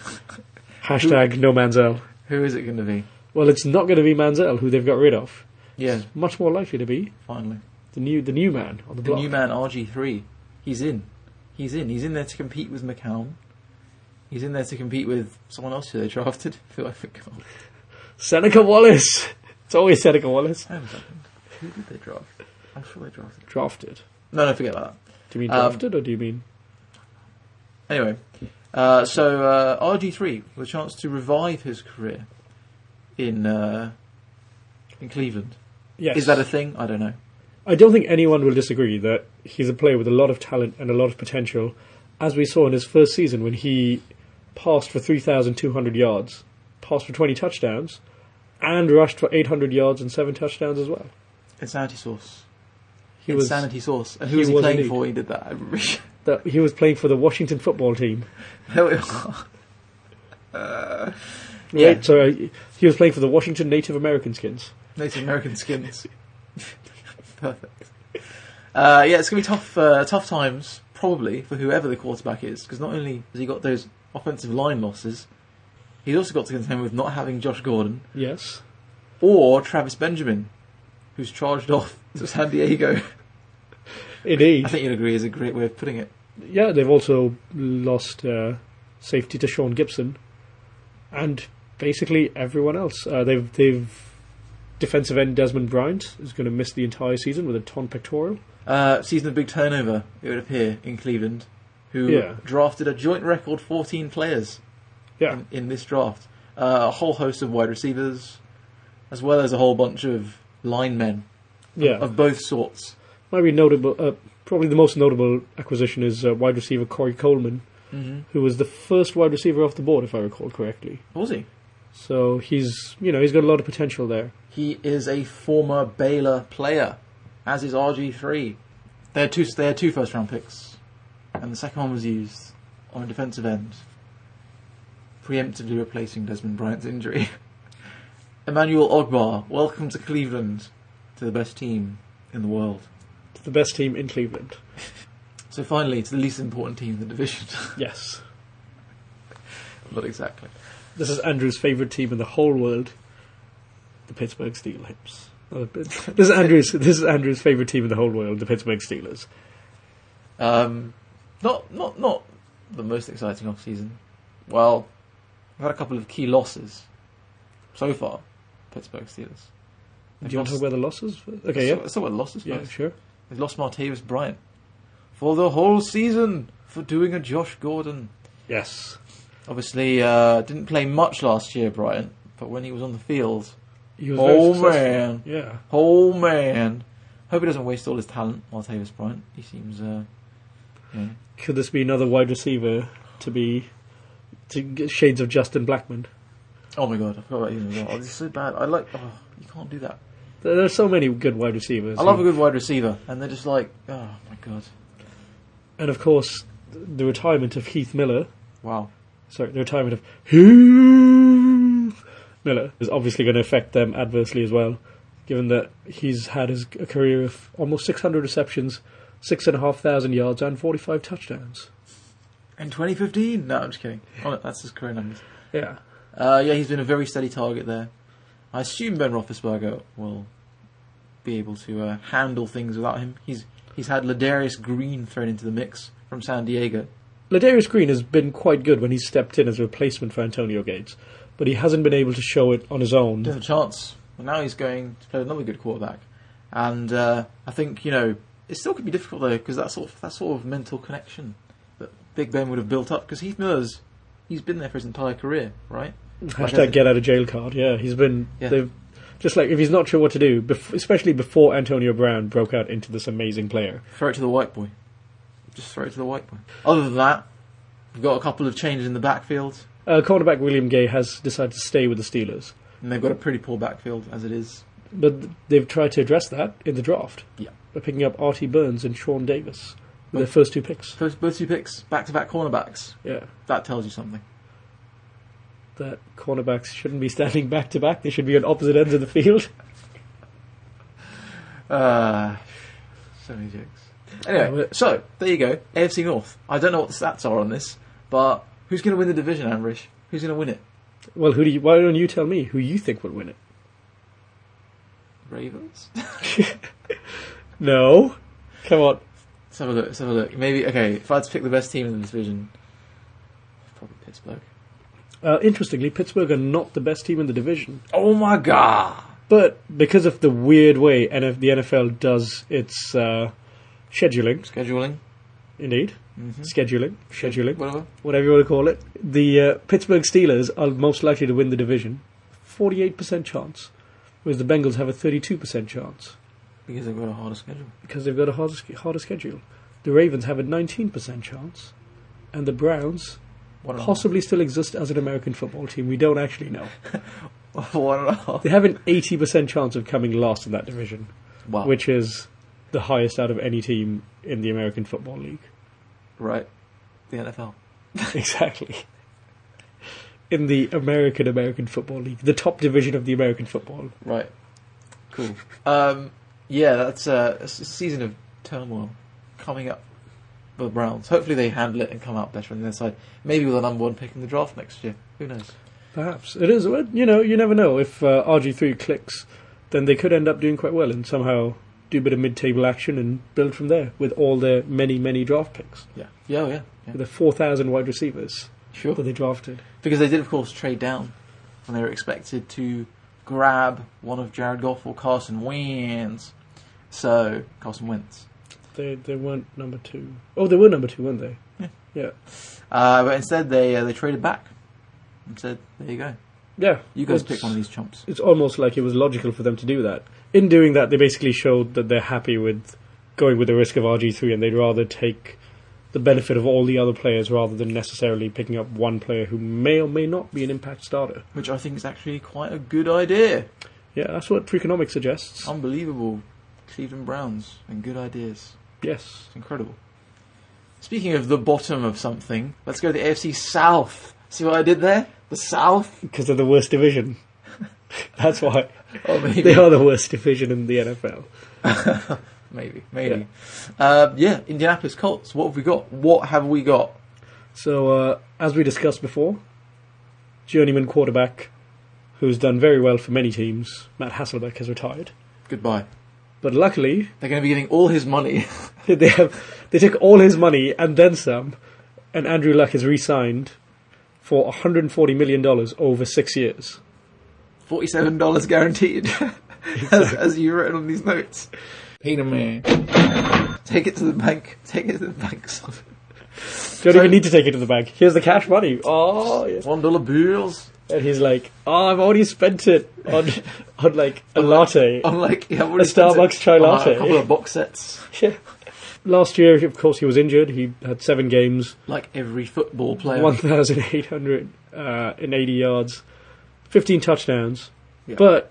Hashtag no Manziel.
Who is it going to be?
Well, it's not going to be Manziel, who they've got rid of.
Yeah,
Much more likely to be
finally.
the new the new man on the
The
block.
new man, RG3. He's in. He's in. He's in there to compete with McCown. He's in there to compete with someone else who they drafted. Who I forgot.
Seneca Wallace. It's always Seneca Wallace.
Hang on a second. Who did they draft? I'm sure they drafted.
Drafted.
No, no, forget about that.
Do you mean
Um,
drafted or do you mean
Anyway, uh, so uh, RG3 with a chance to revive his career in uh, in Cleveland.
Yes.
Is that a thing? I don't know.
I don't think anyone will disagree that he's a player with a lot of talent and a lot of potential, as we saw in his first season when he passed for 3,200 yards, passed for 20 touchdowns, and rushed for 800 yards and 7 touchdowns as well.
Insanity Source.
He was,
Insanity Source. And who
he
was he
was
playing
indeed.
for when he did that? I really-
that he was playing for the Washington football team.
there we are. Uh, yeah,
Right? So uh, he was playing for the Washington Native American Skins.
Native American skins. Perfect. Uh, yeah, it's gonna be tough, uh, tough times probably for whoever the quarterback is, because not only has he got those offensive line losses, he's also got to contend with not having Josh Gordon
Yes.
or Travis Benjamin, who's charged off to San Diego. I
Indeed.
think you'll agree is a great way of putting it.
Yeah, they've also lost uh, safety to Sean Gibson, and basically everyone else. Uh, they've they've defensive end Desmond Bryant is going to miss the entire season with a torn pectoral.
Uh, season of big turnover, it would appear in Cleveland, who
Yeah.
drafted a joint record 14 players.
Yeah,
in, in this draft. Uh, a whole host of wide receivers, as well as a whole bunch of linemen
yeah.
of both sorts.
Uh, Might be notable. Uh, probably the most notable acquisition is uh, wide receiver Corey Coleman,
Mm-hmm.
who was the first wide receiver off the board, if I recall correctly.
Was he?
So he's you know he's got a lot of potential there.
He is a former Baylor player, as is RG3. They had two, they had two first round picks, and the second one was used on a defensive end, preemptively replacing Desmond Bryant's injury. Emmanuel Ogbar, welcome to Cleveland, to the best team in the world.
The best team in Cleveland.
So finally, it's the least important team in the division.
Yes,
Not exactly.
this is Andrew's favorite team in the whole world, the Pittsburgh Steelers. Uh, This is Andrew's. This is Andrew's favorite team in the whole world, the Pittsburgh Steelers.
Um, not not not the most exciting off season. Well, we've had a couple of key losses so far. Pittsburgh Steelers.
Do
They've
you want to talk
lost-
about the losses? Okay, yeah,
That's- that's what losses.
yeah,
first.
sure.
They've lost Martavis Bryant for the whole season for doing a Josh Gordon.
Yes,
Obviously, uh, didn't play much last year, Bryant. But when he was on the field,
he was very
oh
successful.
man,
yeah.
oh man. Hope he doesn't waste all his talent, Martavis Bryant. He seems. Uh, yeah.
Could this be another wide receiver to be to get shades of Justin Blackman?
Oh my god, I forgot about him as well. Oh, this is so bad. I like. Oh, you can't do that.
There there are so many good wide receivers.
I love a
who-
good wide receiver, and they're just like, oh my god,
and of course the retirement of Heath Miller.
wow.
Sorry, the retirement of Heath Miller is obviously going to affect them adversely as well, given that he's had his a career of almost 600 receptions, six and a half thousand yards, and 45 touchdowns.
In 2015, no, I'm just kidding. Oh, no, that's his career numbers.
Yeah,
Uh, yeah, he's been a very steady target there. I assume Ben Roethlisberger will be able to uh, handle things without him. He's he's had Ladarius Green thrown into the mix from San Diego.
Ladarius Green has been quite good when he's stepped in as a replacement for Antonio Gates, but he hasn't been able to show it on his own.
Didn't have a chance, but now he's going to play with another good quarterback. And uh, I think you know it still could be difficult though because that sort of, that sort of mental connection that Big Ben would have built up because Heath Miller's he's been there for his entire career, right?
Hashtag get out of jail card. Yeah, he's been.
Yeah.
They've just like if he's not sure what to do, bef- especially before Antonio Brown broke out into this amazing player.
Throw it to the white boy. Just throw it to the white boy. Other than that, we've got a couple of changes in the backfield,
Uh, cornerback William Gay has decided to stay with the Steelers,
and they've got a pretty poor backfield as it is.
but th- they've tried to address that in the draft
Yeah.
by picking up Artie Burns and Sean Davis with their first two picks.
First, both two picks, back-to-back cornerbacks.
Yeah,
That tells you something.
that cornerbacks shouldn't be standing back to back; they should be on opposite ends of the field.
Uh, so many jokes. Anyway, so there you go. AFC North. I don't know what the stats are on this, but who's going to win the division, Amrish? Who's going to win it?
Well, who do you? Why don't you tell me who you think will win it?
Ravens.
No, come on.
let's have a look. Let's have a look. Maybe okay. If I had to pick the best team in the division, probably Pittsburgh.
Uh, interestingly, Pittsburgh are not the best team in the division.
Oh my god!
But because of the weird way NF- the NFL does its uh, scheduling,
Scheduling. Mm-hmm.
indeed, scheduling, scheduling,
Whatever.
whatever you want to call it, the uh, Pittsburgh Steelers are most likely to win the division, 48% chance, whereas the Bengals have a 32% chance
Because they've got a harder schedule.
because they've got a harder, sch- harder schedule. The Ravens have a 19% chance, and the Browns
One and a
possibly still exist as an American football team. We don't actually know.
half. One and a half.
They have an 80% chance of coming last in that division.
Wow.
which is the highest out of any team in the American Football League.
right? The NFL.
exactly. In the American American Football League, the top division of the American football.
Right. Cool. Um, yeah, that's uh, it's a season of turmoil coming up for the Browns. Hopefully they handle it and come out better on the other side. Maybe with a number one pick in the draft next year. Who knows?
Perhaps it is. well, You know, you never know. If uh, RG three clicks, then they could end up doing quite well and somehow do a bit of mid-table action and build from there with all their many many draft picks,
Yeah. Yeah, oh, yeah. yeah.
with the four thousand wide receivers
Sure.
that they drafted.
Because they did, of course, trade down when they were expected to grab one of Jared Goff or Carson Wentz. So, Carson Wentz.
They they weren't number two. Oh, they were number two, weren't they?
Yeah.
Yeah.
Uh, but instead, they uh, they traded back and said, there you go.
Yeah.
You guys
It's-
pick one of these chumps.
it's almost like it was logical for them to do that. In doing that, they basically showed that they're happy with going with the risk of RG3 and they'd rather take the benefit of all the other players rather than necessarily picking up one player who may or may not be an impact starter.
Which I think is actually quite a good idea.
Yeah, that's what Freakonomics suggests.
Unbelievable. Cleveland Browns and good ideas.
yes.
It's incredible. Speaking of the bottom of something, let's go to the AFC South. See what I did there? The South?
Because they're the worst division. that's why.
Oh, maybe.
They are the worst division in the NFL.
Maybe, maybe. Yeah. Uh, yeah, Indianapolis Colts. What have we got? What have we got?
So, uh, as we discussed before, journeyman quarterback who's done very well for many teams, Matt Hasselbeck, has retired.
Goodbye.
But luckily,
They're going to be giving all his money.
they have they took all his money and then some, and Andrew Luck is re-signed for 140 million dollars over six years.
Forty-seven dollars guaranteed, as, as you written on these notes. Peter man, take it to the bank. Take it to the bank. son.
Don't even need to take it to the bank. Here's the cash money. Oh, yes.
One dollar bills.
and he's like, oh, I've already spent it on on like a latte.
I'm like, yeah, what
A Starbucks chai latte.
A couple of box sets.
Yeah. Last year, of course, he was injured. He had seven games,
Like every football player.
1,880 uh, yards, 15 touchdowns.
Yeah.
But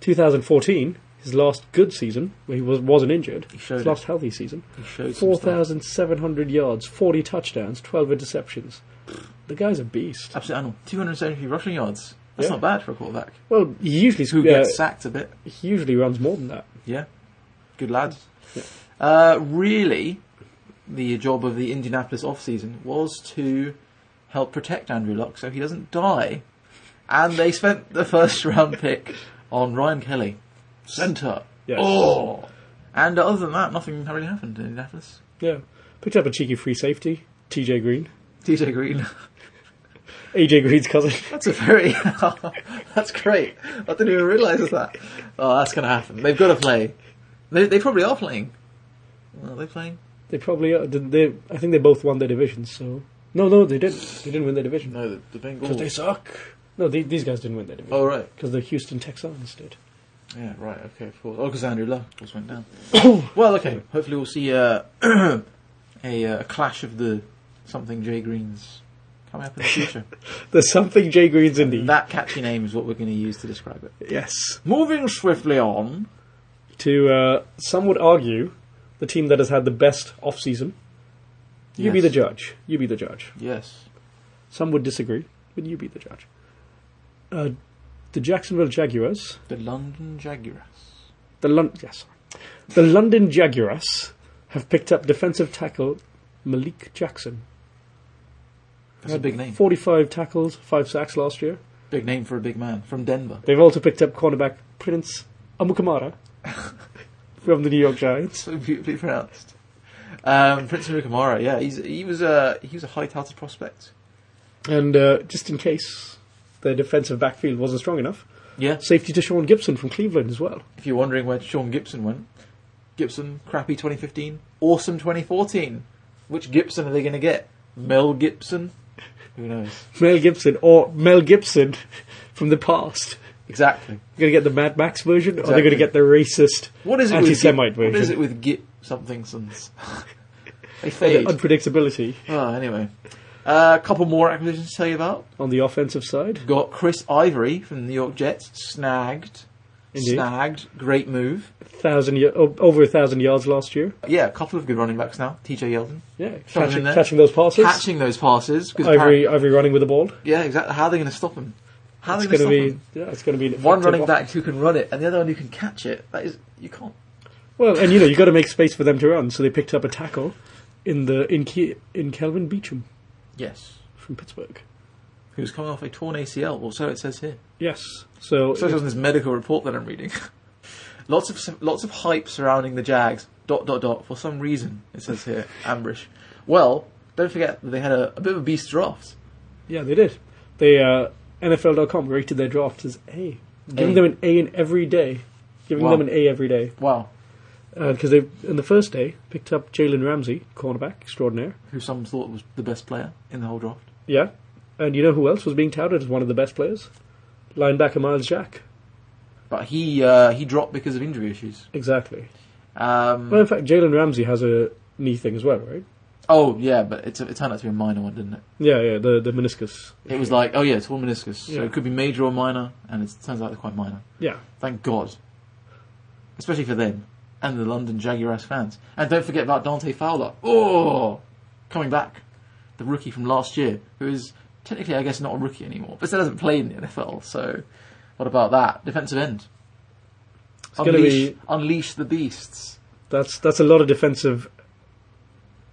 2014, his last good season, where he was, wasn't injured,
showed
his
it.
last healthy season,
He showed some stuff.
4,700 yards, 40 touchdowns, 12 interceptions. The guy's a beast.
Absolute animal. Two hundred seventy rushing yards. That's
Yeah.
not bad for a quarterback.
Well, he usually,
Who
yeah,
gets sacked a bit.
he usually runs more than that.
Yeah, good lads. Uh, really, the job of the Indianapolis off-season was to help protect Andrew Luck so he doesn't die. And they spent the first round pick on Ryan Kelly, centre.
Yes.
Oh, and other than that, nothing really happened in Indianapolis.
Yeah. Picked up a cheeky free safety, TJ Green.
TJ Green.
AJ Green's cousin.
That's a very. that's great. I didn't even realise that. Oh, that's going to happen. They've got to play. They, they probably are playing. Are they playing?
They probably are. Did they? I think they both won their divisions. So no, no, they didn't. They didn't win their division.
No, the, the Bengals.
Because they suck. No, the- these guys didn't win their division.
Oh, right.
Because the Houston Texans did.
Yeah, right. Okay, of course. Oh, because Andrew Luck, of course, went down. well, okay. Hopefully, we'll see uh, a uh, clash of the something Jay Greens coming up in the future.
There's something Jay Green's in the
that catchy name is what we're going to use to describe it.
yes.
Moving swiftly on.
To uh, some would argue, the team that has had the best off season. You be
Yes.
the judge. You be the judge.
Yes.
Some would disagree, but you be the judge. Uh, the Jacksonville Jaguars.
The London Jaguars.
The Lon- yes, sorry. the London Jaguars have picked up defensive tackle Malik Jackson.
That's a big name.
Forty-five tackles, five sacks last year.
Big name for a big man from Denver.
They've also picked up cornerback Prince Amukamara from the New York Giants.
So beautifully pronounced. Um, Prince Mukamara, yeah, he's, he was a he was a high touted prospect.
And uh, just in case their defensive backfield wasn't strong enough,
Yeah.
safety to Sean Gibson from Cleveland as well.
If you're wondering where Sean Gibson went, Gibson crappy 2015, awesome 2014. Which Gibson are they going to get? Mel Gibson? Who knows?
Mel Gibson or Mel Gibson from the past.
Exactly.
Going to get the Mad Max version, or they're going to
Exactly.
get the racist
What is it?
anti-Semite
with Gib-
version.
What is it with Gib somethings? they
The
fade.
unpredictability
Oh, anyway, a uh, couple more acquisitions to tell you about.
on the offensive side.
Got Chris Ivory from the New York Jets snagged.
Indeed.
Snagged. Great move.
thousand y- o- over a thousand yards last year.
Yeah, a couple of good running backs now. TJ Yeldon.
Yeah,
Throw him
catching,
in there.
catching those passes.
Catching those passes. 'cause
Ivory,
apparent-
Ivory running with the ball.
yeah, exactly. How are they going to stop him? How are
It's
they going to
going to
stop
be
him?
yeah, it's going to be an
One
effective
running
off-
back who can run it and the other one who can catch it. That is, you can't.
Well, and you know you got to make space for them to run, so they picked up a tackle in the in Ke- in Kelvin Beecham
Yes.
from Pittsburgh.
Who's coming off a torn ACL, or so it says here.
Yes, so,
So it says on this medical report that I'm reading. lots of lots of hype surrounding the Jags. Dot dot dot. For some reason, it says here, ambush. Well, don't forget that they had a, a bit of a beast draft.
yeah, they did. They uh, NFL.com rated their draft as A, giving
A.
them an A in every day, giving
Wow.
them an A every day
Wow.
because they in the first day picked up Jalen Ramsey, cornerback extraordinaire.
Who some thought was the best player in the whole draft.
Yeah. And you know who else was being touted as one of the best players? Linebacker Miles Jack.
But he uh, he dropped because of injury issues.
Exactly.
Um,
Well, in fact, Jalen Ramsey has a knee thing as well, right?
oh yeah, but it's it turned out to be a minor one, didn't it?
Yeah, yeah, the, the meniscus.
It was like oh yeah, it's all meniscus, so
Yeah.
it could be major or minor, and it turns out it's quite minor.
Yeah.
Thank God, especially for them and the London Jaguars fans. And don't forget about Dante Fowler. Oh, coming back, the rookie from last year, who is technically I guess not a rookie anymore, but still hasn't played in the NFL. So what about that defensive end?
gonna
Unleash,
be-
unleash the beasts.
That's that's a lot of defensive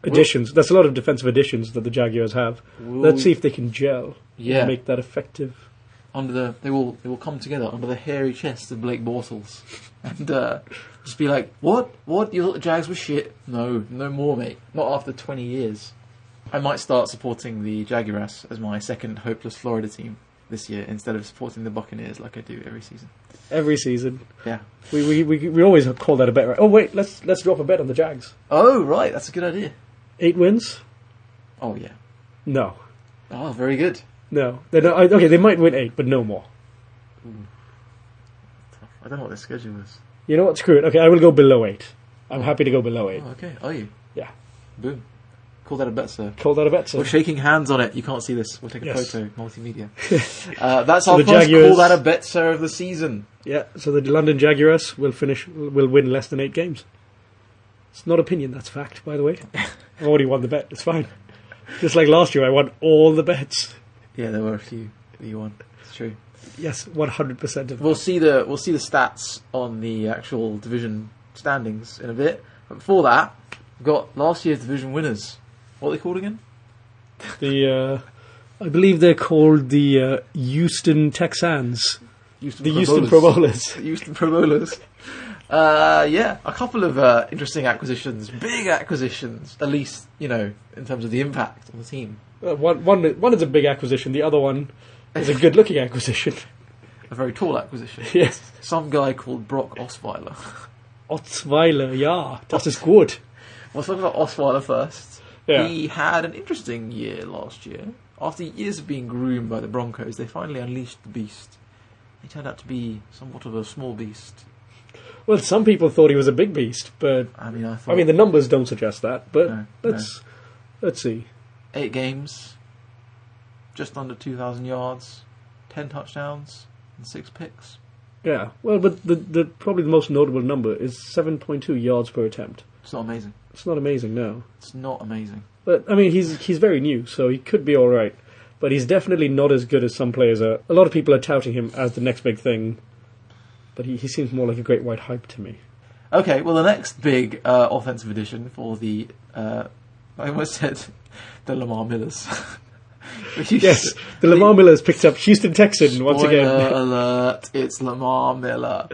additions. that's a lot of defensive additions that the Jaguars have. Let's see if they can gel
Yeah.
and make that effective.
under the they will they will come together under the hairy chest of Blake Bortles and uh, just be like, what what you thought the Jags were shit? No, no more, mate. Not after twenty years. I might start supporting the Jaguars as my second hopeless Florida team this year instead of supporting the Buccaneers like I do every season.
Every season.
Yeah.
We, we, we, we always call that a bet, right? Oh, wait, let's, let's drop a bet on the Jags.
Oh right, that's a good idea.
Eight wins?
Oh yeah.
No.
Oh, very good.
No. They're not, okay, they might win eight, but no more.
I don't know what their schedule is.
You know what? Screw it. Okay, I will go below eight. I'm happy to go below eight.
Oh, okay. Are you?
Yeah.
Boom. Call that a bet, sir.
Call that a bet, sir.
We're shaking hands on it. You can't see this. We'll take a
Yes.
photo. Multimedia. uh, that's our
the
first
Jaguars-
call that a bet, sir, of the season.
Yeah, so the London Jaguars will finish will win less than eight games. It's not opinion, that's fact, by the way. I've already won the bet, it's fine. Just like last year I won all the bets.
Yeah, there were a few that you won. It's true.
Yes, one hundred percent of them.
We'll see the we'll see the stats on the actual division standings in a bit. But before that, we've got last year's division winners. What are they called again?
the uh, I believe they're called the uh, Houston Texans.
Houston
The Houston Pro Bowlers.
The Houston Pro Bowlers. Uh, yeah, a couple of uh, interesting acquisitions, big acquisitions, at least you know in terms of the impact on the team.
Uh, one, one, one is a big acquisition, the other one is a good looking acquisition.
A very tall acquisition.
yes.
Some guy called Brock Osweiler.
Otzweiler, ja, das ist gut.
Let's talk about Osweiler first.
Yeah.
He had an interesting year last year. After years of being groomed by the Broncos, they finally unleashed the beast. He turned out to be somewhat of a small beast.
Well, some people thought he was a big beast, but
I mean, I thought
I mean the numbers don't suggest that. But
No,
let's let's see.
eight games, just under 2,000 yards, 10 touchdowns, and six picks.
Yeah, well, but the, the probably the most notable number is 7.2 yards per attempt.
It's not amazing.
It's not amazing, no.
It's not amazing.
But I mean, he's he's very new, so he could be all right. But he's definitely not as good as some players are. A lot of people are touting him as the next big thing, but he, he seems more like a great white hype to me.
Okay, well, the next big uh, offensive addition for the. Uh, I almost said the Lamar Millers. But you
Yes, the Lamar Miller's picked up Houston Texan once
Spoiler
again.
alert! It's Lamar Miller.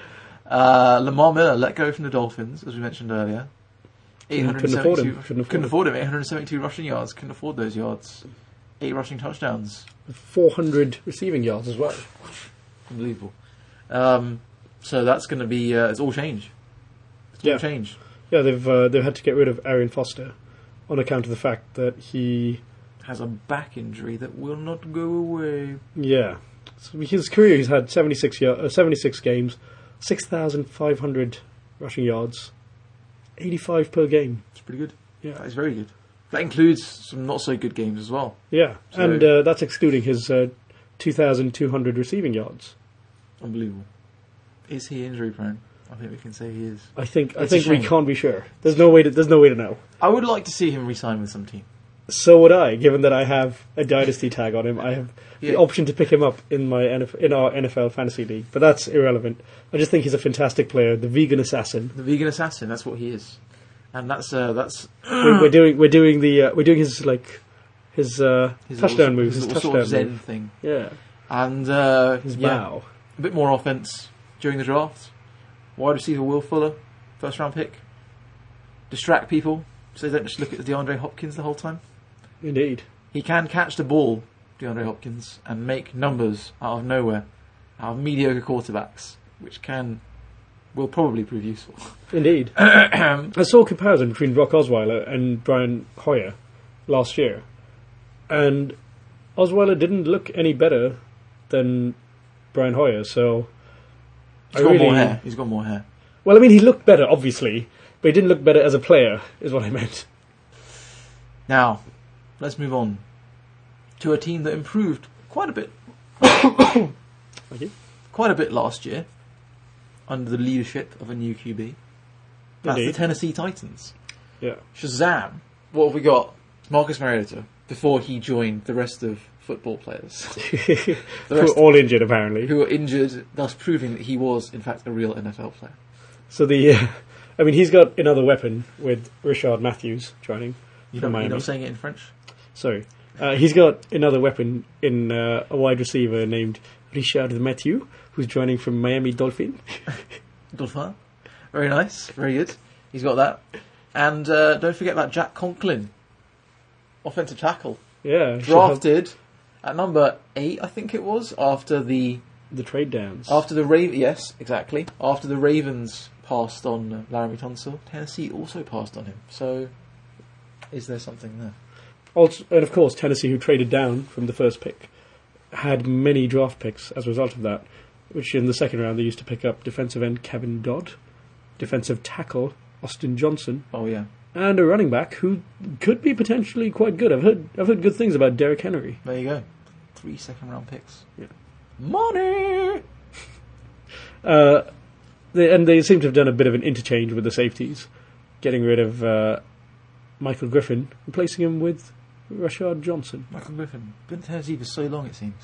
Uh, Lamar Miller let go from the Dolphins, as we mentioned earlier.
couldn't afford him.
872
Couldn't afford
Couldn't afford him. 872 rushing yards. Couldn't afford those yards. Eight rushing touchdowns.
400 receiving yards as well.
Unbelievable. Um, so that's going to be. Uh, it's all change. It's all
Yeah.
change.
Yeah, they've uh, they've had to get rid of Arian Foster on account of the fact that he
Has a back injury that will not go away.
yeah so his career he's had 76 year, uh, 76 games, 6,500 rushing yards, 85 per game.
It's pretty good.
Yeah.
That is very good. That includes some not so good games as well.
Yeah,
So-
and uh, that's excluding his uh, 2,200 receiving yards.
Unbelievable. Is he injury prone? I think we can say he is.
I think I
It's a
think we
shame.
can't be sure. There's no way to there's no way to know.
I would like to see him resign with some team.
So would I, given that I have a dynasty tag on him. I have the
Yeah.
option to pick him up in my NF in our NFL fantasy league, but that's irrelevant. I just think he's a fantastic player, the vegan assassin.
The vegan assassin, that's what he is. And that's uh, that's
we're, we're doing we're doing the uh, we're doing his like his, uh,
his
touchdown
little,
moves, his,
his little
touchdown
sort of zen
move.
thing.
yeah,
And uh,
his
yeah,
bow.
a bit more offense during the draft. Wide receiver Will Fuller, first round pick. Distract people so they don't just look at DeAndre Hopkins the whole time.
Indeed,
He can catch the ball, DeAndre Hopkins, and make numbers out of nowhere, out of mediocre quarterbacks, which can will probably prove useful.
indeed. I saw a comparison between Brock Osweiler and Brian Hoyer last year, and Osweiler didn't look any better than Brian Hoyer. So
He's got more hair. He's got more hair.
Well, I mean, he looked better, obviously, but he didn't look better as a player, is what I meant.
Now, let's move on to a team that improved quite a bit,
Thank you.
quite a bit last year, under the leadership of a new QB. That's
Indeed.
the Tennessee Titans.
Yeah.
Shazam! What have we got? Marcus Mariota before he joined the rest of football players
Who were
rest-
all injured, apparently.
who were injured, thus proving that he was in fact a real NFL player.
So the, uh, I mean, he's got another weapon with Richard Matthews joining
You
from
know, you
Miami.
know saying it in French?
Sorry, uh, he's got another weapon in uh, a wide receiver named Richard Mathieu, who's joining from Miami Dolphin.
Dauphin. Very nice. Very good. He's got that. And uh, don't forget about Jack Conklin, offensive tackle.
Yeah, should have
drafted at number eight, I think it was, after the
the trade downs.
after the Raven. Yes, exactly. After the Ravens passed on uh, Laramie Tunsil, Tennessee also passed on him. So, is there something there?
Also, and of course, Tennessee, who traded down from the first pick, had many draft picks as a result of that. Which in the second round they used to pick up defensive end Kevin Dodd, defensive tackle Austin Johnson,
Oh yeah,
and a running back who could be potentially quite good. I've heard I've heard good things about Derrick Henry.
there you go. Three second round picks.
Yeah.
Money.
Uh, they, and they seem to have done a bit of an interchange with the safeties, getting rid of uh, Michael Griffin, replacing him with Rashard Johnson.
Michael Griffin been in Tennessee for so long, it seems.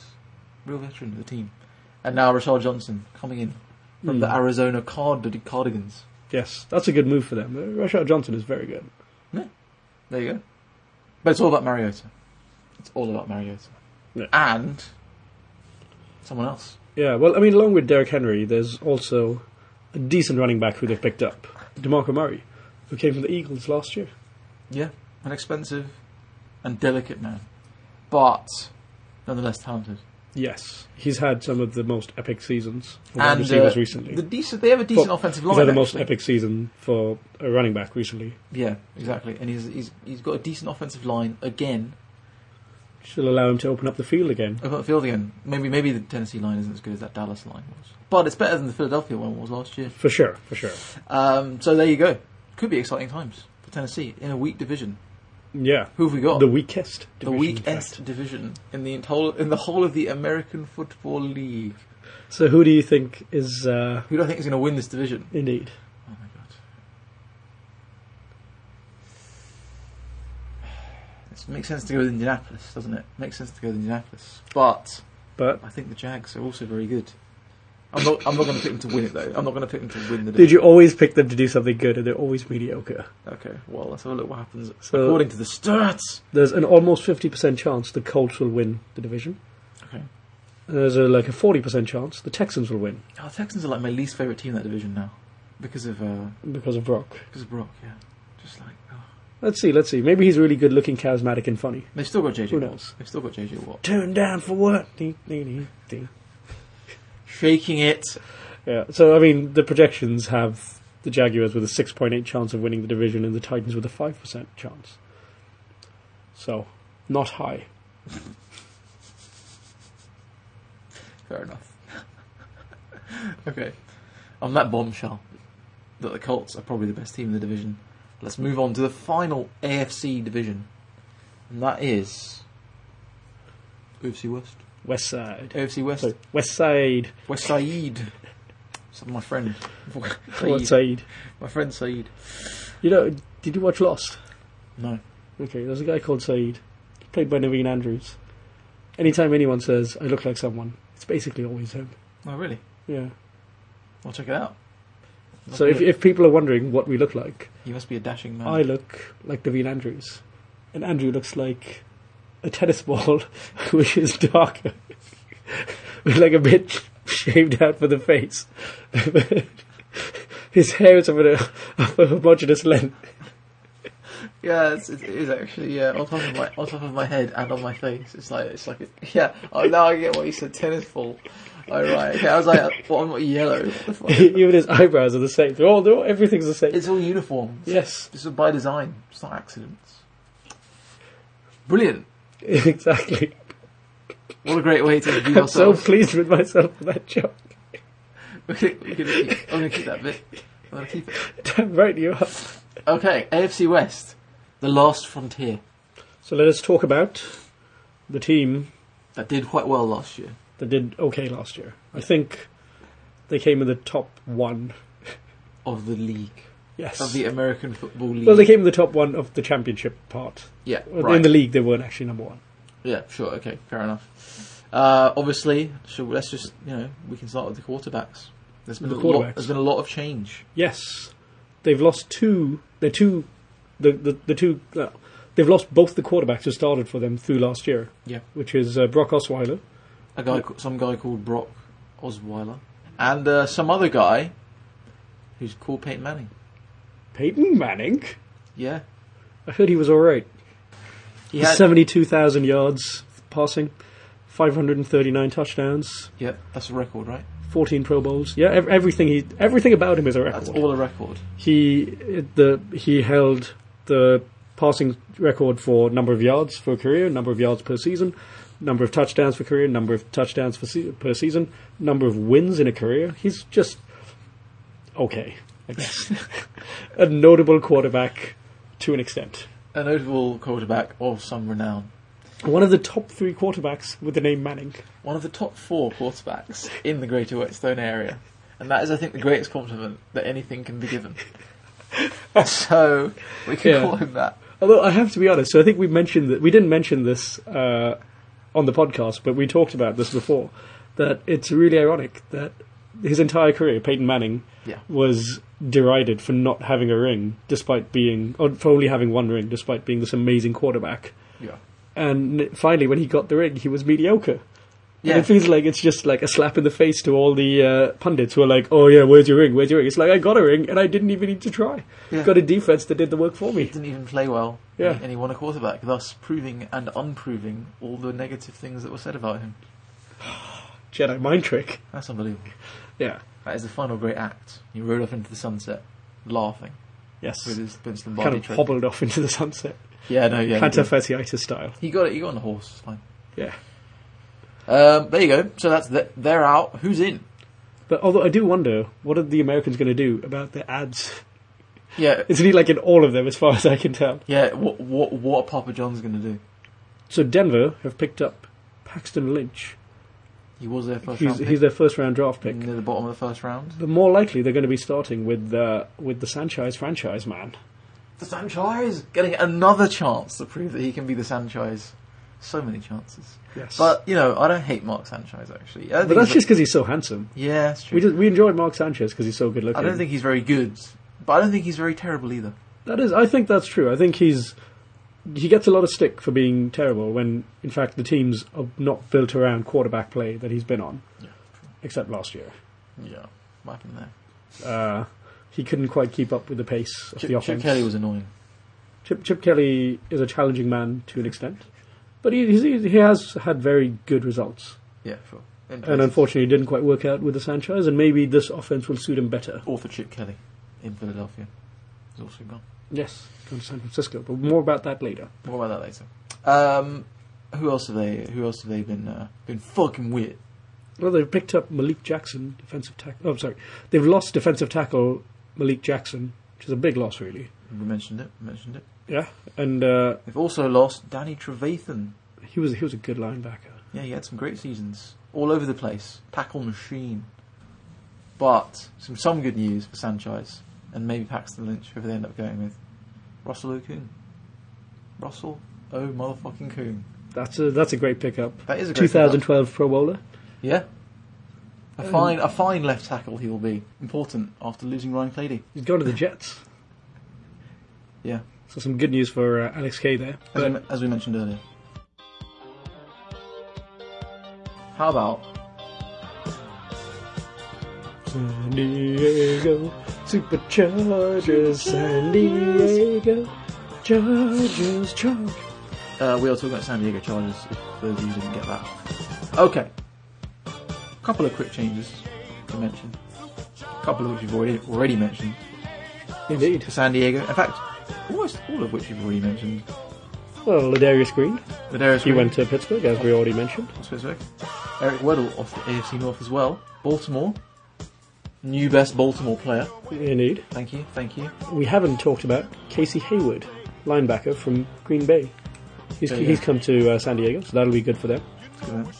Real veteran of the team.
Mm.
And now Rashad Johnson coming in from
Hmm.
the Arizona Card- Cardigans.
Yes, that's a good move for them. Uh, Rashard Johnson is very good.
There you go. But it's all about Mariota. It's all about Mariota.
Yeah.
And someone else.
Yeah, well, I mean, along with Derrick Henry, there's also a decent running back who they've picked up, DeMarco Murray, who came from the Eagles last year.
Yeah. An expensive and delicate man. But nonetheless talented.
Yes, he's had some of the most epic seasons for wide
And uh,
receivers recently.
the decent, they have a decent
Well,
offensive line.
he's had the most
actually.
epic season for a running back recently.
Yeah, exactly. And he's he's he's got a decent offensive line again.
She'll allow him to open up the field again.
I've got the field again. Maybe maybe the Tennessee line isn't as good as that Dallas line was, but it's better than the Philadelphia one was last year.
For sure, for sure.
Um, so there you go. Could be exciting times for Tennessee in a weak division.
Yeah.
Who have we got?
The weakest.
The
division, in
weakest
fact.
division in the entire in the whole of the American Football League.
So who do you think is, uh,
Who do I think is going to win this division?
indeed?
Oh my god! It makes sense to go with Indianapolis, doesn't it? Makes sense to go with Indianapolis, but
But
I think the Jags are also very good. I'm not. I'm not going to pick them to win it though. I'm not going to pick them to win the.
did
Division.
you always pick them to do something good and they're always mediocre?
Okay. Well, let's have a look what happens
So-
according to the stats.
There's an almost 50% chance the Colts will win the division.
Okay.
And there's a, like a 40% chance the Texans will win
Oh, the Texans are like my least favorite team in that division now, because of uh,
because of Brock.
because of Brock. Yeah. Just like. Oh.
Let's see, let's see. Maybe he's really good looking, charismatic, and funny.
They've still got JJ
Who
Watt.
knows?
They've still got JJ Watt.
Turn down for what? Ding, ding, ding, ding.
Shaking it.
Yeah, so I mean, the projections have the Jaguars with a 6.8 chance of winning the division and the Titans with a 5% chance. So, not high.
Fair enough. okay. On that bombshell, that the Colts are probably the best team in the division, let's move on to the final AFC division. And that is. AFC West.
West Side.
AFC West.
So, West Side.
West Said. So my friend.
West
Said.
Side.
My friend Said.
You know, did you watch Lost?
No.
Okay, there's a guy called Said, played by Naveen Andrews. Anytime anyone says, I look like someone, it's basically always him.
No, Oh, really?
Yeah.
I'll check it out.
So if, if people are wondering what we look like,
you must be a dashing man.
I look like Naveen Andrews, and Andrew looks like a tennis ball, which is darker, with like a bit shaved out for the face. His hair is of a, of a homogeneous length.
Yeah, it's, it is actually yeah on top of my on top of my head and on my face. It's like it's like a, yeah. Oh, now I get what you said. Tennis ball. Oh right. Okay, I was like, well, I'm not yellow. What the fuck?
Even his eyebrows are the same. They're all, they're all- everything's the same.
It's all uniform.
yes,
It's all by design. It's not accidents. Brilliant.
exactly.
What a great way to do
I'm so
yourself.
pleased with myself for that job.
We're gonna- we're gonna keep- I'm gonna keep that bit. I'm gonna keep it.
Damn right you are.
Okay, AFC West, the last frontier
So let us talk about the team
that did quite well last year.
that did okay last year. I think they came in the top one.
Of the league,
Yes.
of the American Football League.
well, they came in the top one of the championship part.
yeah,
Well,
right.
In the league, they weren't actually number one.
Yeah, sure. Okay, fair enough. Uh, obviously, so let's just you know we can start with the quarterbacks. There's been
The
a lot.
quarterbacks.
There's been a lot of change.
Yes, they've lost two. They're two. The the, the two. Uh, they've lost both the quarterbacks who started for them through last year.
Yeah.
Which is uh, Brock Osweiler.
A guy, ca- some guy called Brock Osweiler, and uh, some other guy who's called Peyton Manning.
Peyton Manning.
Yeah,
I heard he was all right.
he had.
Seventy-two thousand yards passing, five hundred and thirty-nine touchdowns,
yeah, that's a record, right?
fourteen Pro Bowls. Yeah, ev- everything he everything about him is a record.
That's all a record.
he the he held the passing record for number of yards for a career, number of yards per season, number of touchdowns for career, number of touchdowns for se- per season, number of wins in a career. He's just okay, I guess. a notable quarterback to an extent.
A notable quarterback of some renown.
One of the top three quarterbacks with the name Manning.
One of the top four quarterbacks in the Greater Whetstone area. And that is, I think, the greatest compliment that anything can be given. so, we can
Yeah.
call him that.
Although I have to be honest, so I think we mentioned that we didn't mention this uh, on the podcast, but we talked about this before. That it's really ironic that his entire career, Peyton Manning,
Yeah.
was derided for not having a ring, despite being or for only having one ring, despite being this amazing quarterback.
Yeah.
And finally, when he got the ring, he was mediocre.
Yeah.
And it feels like it's just like a slap in the face to all the uh, pundits who are like, "Oh yeah, where's your ring? Where's your ring?" It's like I got a ring and I didn't even need to try.
Yeah.
Got a defense that did the work for
he
me.
didn't even play well.
Yeah.
And he won a quarterback, thus proving and unproving all the negative things that were said about him.
Jedi mind trick.
That's unbelievable.
Yeah.
That is the final great act. He rode off into the sunset, laughing
Yes.
with his with the
kind
body
of
trick.
hobbled off into the sunset.
Yeah, no, yeah. he
Panta
did.
fasciitis style.
He got it. He got on the horse. It's fine.
Yeah.
Um, there you go. So that's the, they're out. Who's in?
But although I do wonder, what are the Americans going to do about their ads?
Yeah,
It's really like in all of them, as far as I can tell.
yeah. What what what are Papa John's going to do?
So Denver have picked up Paxton Lynch.
He was their first
He's,
round pick,
he's their first round draft pick.
near the bottom of the first round.
But more likely, they're going to be starting with uh, with the Sanchez franchise man.
The Sanchez getting another chance to prove that he can be the Sanchez. So many chances.
Yes,
But you know, I don't hate Mark Sanchez actually. I don't
But
think
that's
he's a-
just because he's so handsome.
yeah, that's true.
We just, we enjoyed Mark Sanchez because he's so good
I
looking.
don't think he's very good, but I don't think he's very terrible either.
that is. I think that's true. I think he's he gets a lot of stick for being terrible when, in fact, the teams are not built around quarterback play that he's been on,
Yeah.
except last year.
Yeah, what happened there?
Uh, he couldn't quite keep up with the pace of the
Chip, Chip
offense.
Kelly was annoying.
Chip, Chip Kelly is a challenging man to an extent, but he, he's- he, he has had very good results.
Yeah, sure. In
And
places.
unfortunately, it didn't quite work out with the Sanchez, and maybe this offense will suit him better.
or for Chip Kelly in Philadelphia, he's also gone.
Yes, going to San Francisco, but more about that later.
More about that later. Um, who else have they? Who else have they been uh, been fucking with?
Well, they've picked up Malik Jackson, defensive tackle. Oh, I'm sorry. They've lost defensive tackle Malik Jackson, which is a big loss, really.
We mentioned it. Mentioned it.
Yeah, and uh,
They've also lost Danny Trevathan.
he was he was a good linebacker.
Yeah, he had some great seasons all over the place. Tackle machine. But some some good news for Sanchez and maybe Paxton Lynch, whoever they end up going with. Russell O'Coon. Russell O motherfucking Coon.
That's a that's a great pickup.
That is a great
2012 Pro Bowler.
Yeah. A fine, a fine left tackle he will be. Important after losing Ryan Clady.
He's gone to the Jets.
Yeah.
So some good news for uh, Alex Kay there.
As we, as we mentioned earlier. How about
San Diego Superchargers, San Diego Chargers, Chargers.
uh, we are talking about San Diego Chargers? If those of you didn't get that, okay. Couple of quick changes to mention. A couple of which you've already already mentioned
Indeed.
to San Diego. In fact, almost all of which you've already mentioned.
Well, Ladarius Green.
Ladarius
He
Green,
went to Pittsburgh, as we already mentioned.
Pittsburgh. Eric Weddle off the AFC North as well. Baltimore, new best Baltimore player.
Indeed.
Thank you, thank you.
We haven't talked about Casey Hayward, linebacker from Green Bay. He's,
There you
he's
go.
come to uh, San Diego, so that'll be good for them.
It's good, man.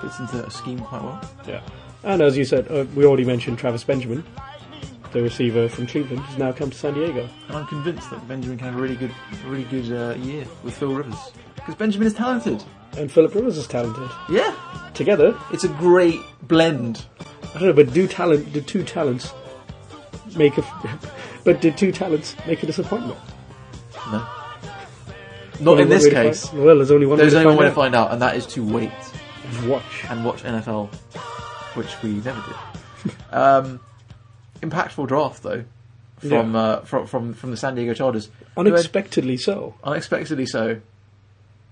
Fits into a scheme quite well.
Yeah. And as you said, uh, we already mentioned Travis Benjamin, the receiver from Cleveland, who's now come to San Diego.
And I'm convinced that Benjamin can have a really good, a really good uh, year with Phil Rivers because Benjamin is talented.
And Philip Rivers is talented.
Yeah,
Together,
it's a great blend.
I don't know, but do talent, do two talents make a, but did two talents make a disappointment?
No, not in this case.
well, there's only one.
There's
way
only
to
one way to
find
find out, and that is to wait
out. Watch.
and watch NFL, which we never did. Um, impactful draft though, from uh, from from from the San Diego Chargers, Who had-
Unexpectedly so.
unexpectedly so,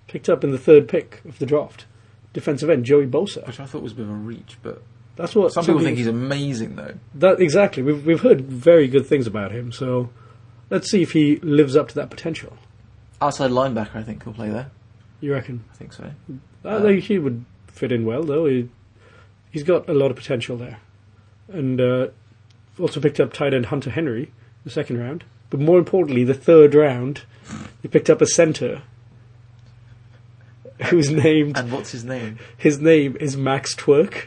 Picked up in the third pick of the draft. Defensive end Joey Bosa.
which I thought was a bit of a reach, but
That's what
some people think he's amazing though.
That exactly. We've we've heard very good things about him. So let's see if he lives up to that potential.
Outside linebacker, I think he'll play there.
You reckon?
I think so. Uh,
I think he would fit in well, though. He, he's got a lot of potential there, and uh, also picked up tight end Hunter Henry in the second round. But more importantly, the third round, they picked up a center whose named
And what's his name?
his name is Max Twerk.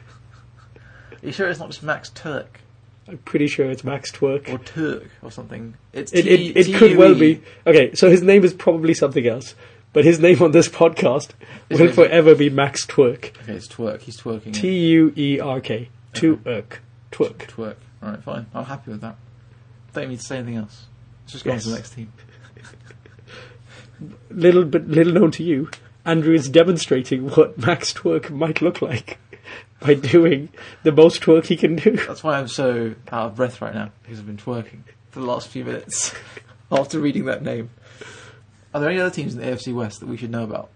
Are you sure it's not just Max Turk
I'm pretty sure it's Max Twerk.
or Turk or something? It's
It,
T- E
it, it could well be. Okay, so his name is probably something else, but his name on this podcast
Is
will
it-
forever be Max Twerk.
Okay, it's twerk. He's twerking.
T U E R K. Twerk. Twerk.
twerk. All right, fine. I'm happy with that. Don't need to say anything else. Let's just go on to the
Yes.
next team.
Little but little known to you, Andrew is demonstrating what Max Twerk might look like by doing the most twerk he can do.
That's why I'm so out of breath right now because I've been twerking for the last few minutes after reading that name. Are there any other teams in the AFC West that we should know about?